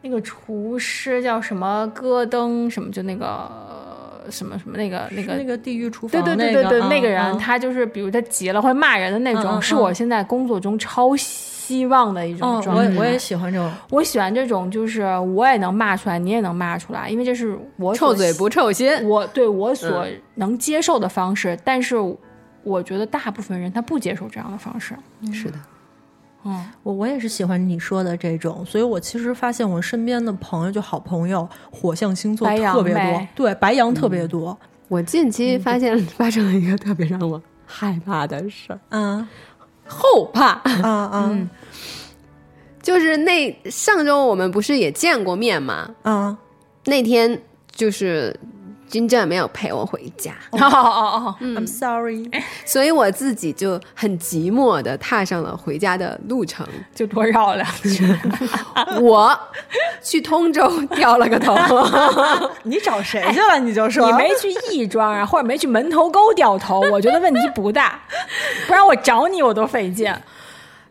Speaker 3: 那个厨师叫什么戈登什么，就那个呃什么什么那个那
Speaker 2: 是
Speaker 3: 个
Speaker 2: 那。个地狱厨
Speaker 3: 对
Speaker 2: 房，
Speaker 3: 对对对对，
Speaker 2: 那
Speaker 3: 那个人、啊
Speaker 2: 嗯
Speaker 3: 他就是，比如他急了会骂人的那种，
Speaker 2: 嗯嗯
Speaker 3: 是我现在工作中超希望的一种
Speaker 2: 嗯，
Speaker 3: 状
Speaker 2: 我
Speaker 3: 态。
Speaker 2: 也我也喜欢这种，
Speaker 3: 我喜欢这种，就是我也能骂出来，你也能骂出来，因为这是我所
Speaker 4: 臭嘴不臭心。
Speaker 3: 我对
Speaker 2: 嗯
Speaker 3: 我所能接受的方式。但是我觉得大部分人他不接受这样的方式。
Speaker 4: 是的，
Speaker 3: 嗯，
Speaker 2: 我我也是喜欢你说的这种，所以我其实发现我身边的朋友，就好朋友，火象星座
Speaker 3: 白羊
Speaker 2: 特别多
Speaker 3: 呗，
Speaker 2: 嗯对，白羊特别多，
Speaker 4: 我近期发现发生了一个特别让我害怕的事儿，
Speaker 2: 嗯
Speaker 4: 后怕。
Speaker 2: 啊
Speaker 3: 嗯
Speaker 2: 啊
Speaker 4: 就是那上周我们不是也见过面吗？
Speaker 2: 啊！
Speaker 4: 那天就是金湛没有陪我回家，
Speaker 3: 哦哦哦，
Speaker 2: I'm sorry，
Speaker 4: 所以我自己就很寂寞的踏上了回家的路程。
Speaker 3: 就多绕两 句。
Speaker 4: 我去通州掉了个头，
Speaker 2: 你找谁去了？你就说
Speaker 3: 哎你没去亦庄啊，或者没去门头沟 掉头，我觉得问题不大。不然我找你我都费劲。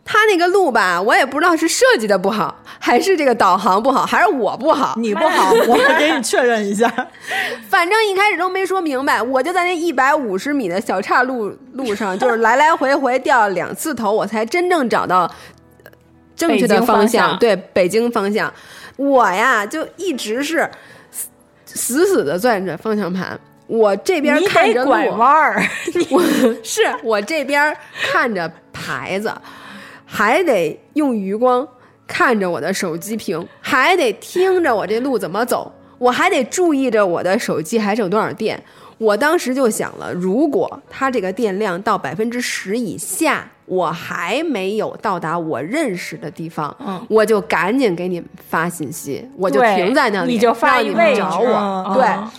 Speaker 4: 他那个路吧，我也不知道是设计的不好，还是这个导航不好，还是我不好。
Speaker 2: 你不好，我会给你确认一下。
Speaker 4: 反正一开始都没说明白，我就在那一百五十米的小岔路路上，就是来来回回掉了两次头，我才真正找到呃正确的
Speaker 3: 北京
Speaker 4: 向。
Speaker 3: 方向
Speaker 4: 对，北京方向，我呀就一直是死死死的攥着方向盘。我这边
Speaker 3: 你
Speaker 4: 看着
Speaker 3: 得
Speaker 4: 路
Speaker 3: 拐弯 儿，
Speaker 4: 我是我这边看着牌子，还得用余光看着我的手机屏，还得听着我这路怎么走，我还得注意着我的手机还剩多少电。我当时就想了，如果它这个电量到百分之十以下，我还没有到达我认识的地方，
Speaker 3: 嗯
Speaker 4: 我就赶紧给你们发信息，我就
Speaker 3: 对
Speaker 4: 停在那里，
Speaker 3: 你就发
Speaker 4: 让
Speaker 3: 一
Speaker 4: 你
Speaker 3: 位
Speaker 4: 们
Speaker 3: 置
Speaker 4: 找我。
Speaker 2: 嗯
Speaker 4: 对，
Speaker 3: 嗯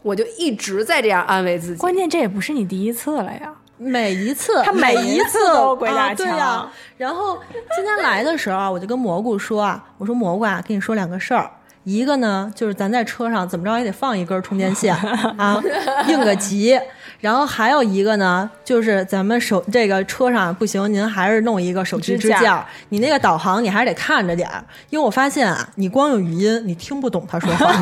Speaker 4: 我就一直在这样安慰自己。
Speaker 3: 关键这也不是你第一次了呀。
Speaker 2: 每一次，
Speaker 3: 他每一次都鬼打
Speaker 2: 啊
Speaker 3: 墙
Speaker 2: 对呀、然后今天来的时候啊，我就跟蘑菇说啊，我说蘑菇啊，跟你说两个事儿。一个呢，就是咱在车上怎么着也得放一根充电线 啊，应个急。然后还有一个呢，就是咱们手这个车上不行，您还是弄一个手机
Speaker 3: 支
Speaker 2: 支
Speaker 3: 架
Speaker 2: 架。你那个导航你还是得看着点儿，因为我发现啊，你光用语音你听不懂他说 话。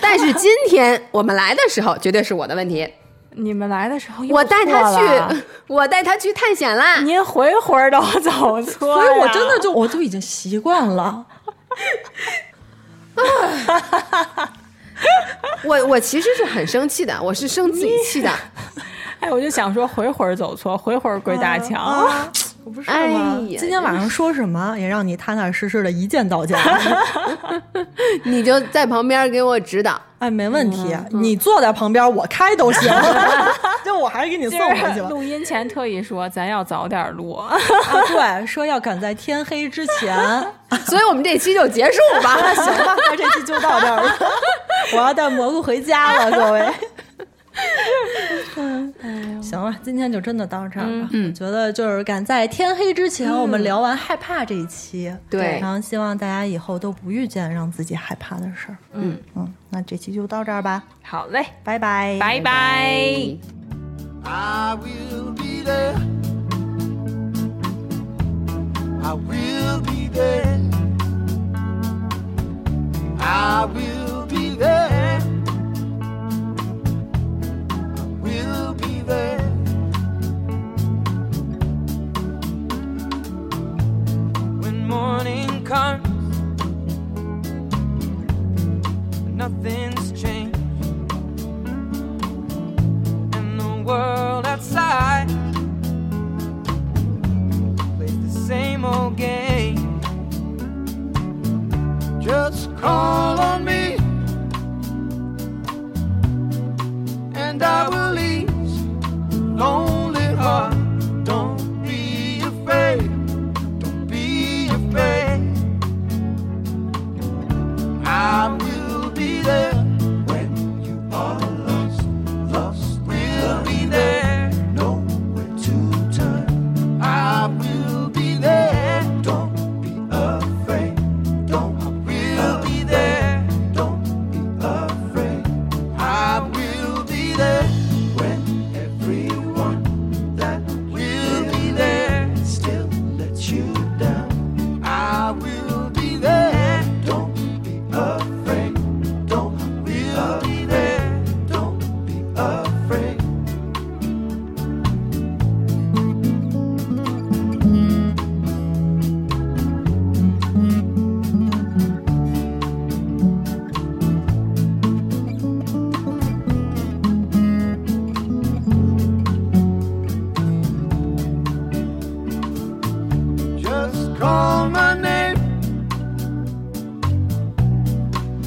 Speaker 4: 但是今天我们来的时候，绝对是我的问题。
Speaker 3: 你们来的时候又
Speaker 4: 我带
Speaker 3: 错
Speaker 4: 他
Speaker 3: 了
Speaker 4: 去，， 我带他去探险啦。
Speaker 3: 您回魂都走错
Speaker 2: 所
Speaker 3: 呀，
Speaker 2: 以我真的就我就已经习惯了。
Speaker 4: 我我其实是很生气的，我是生自己气 的。
Speaker 3: 哎，我就想说回魂走错，回魂鬼打墙。
Speaker 2: 啊，我不是
Speaker 4: 哎呀
Speaker 2: 吗？今天晚上说什么也让你踏踏实实的一键到 家。
Speaker 4: 你就在旁边给我指导。
Speaker 2: 哎，没问题，
Speaker 4: 嗯
Speaker 2: 你坐在旁边，我开都 行。就我还是给你送
Speaker 3: 今
Speaker 2: 回
Speaker 3: 儿
Speaker 2: 去了。
Speaker 3: 录音前特意说，咱要早点 录。
Speaker 2: 啊，对，说要赶在天黑之前。
Speaker 4: 所以我们这期就结束 吧。
Speaker 2: 行吧，那这期就到这儿了。我要带蘑菇回家了，各位。嗯，行了，今天就真的到这儿吧。我觉得就是赶在天黑之前，我们聊完害怕这一期。
Speaker 4: 对
Speaker 2: 然后希望大家以后都不遇见让自己害怕的事儿。
Speaker 3: 嗯
Speaker 2: 嗯，那这期就到这儿吧，
Speaker 3: 好嘞，
Speaker 2: 拜拜，
Speaker 3: 拜拜
Speaker 1: I will be there. I will be there. I will be there. I will be there. When morning comes, nothing's changed and the world outside plays the same old game. Just call on me, and I will ease lonely heart. Don't be afraid. Don't be afraid. I will be there when you are lost. Lost will be there. Nowhere to turn. I will be there. Don't be afraid. Don't I will be there. Don't be afraid. I will be there when everyone that will be there still lets you down. I will be there. Don't be afraid. Don't I will be there. Don't be afraid. Just call my name.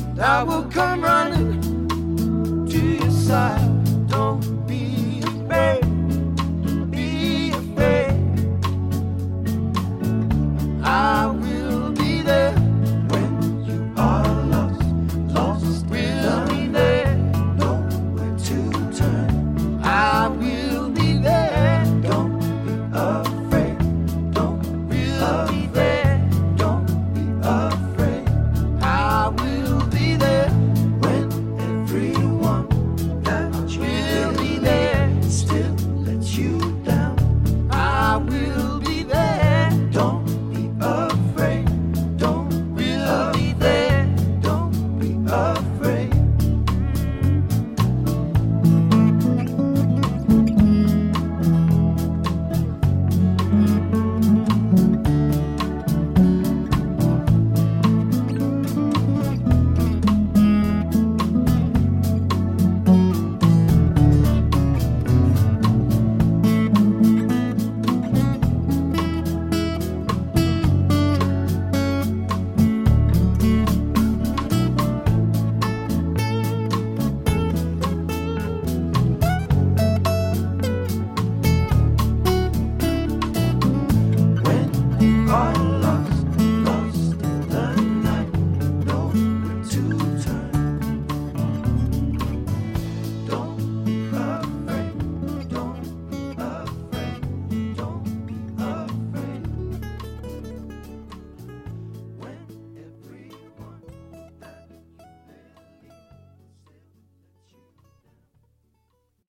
Speaker 1: and I will come running to your side.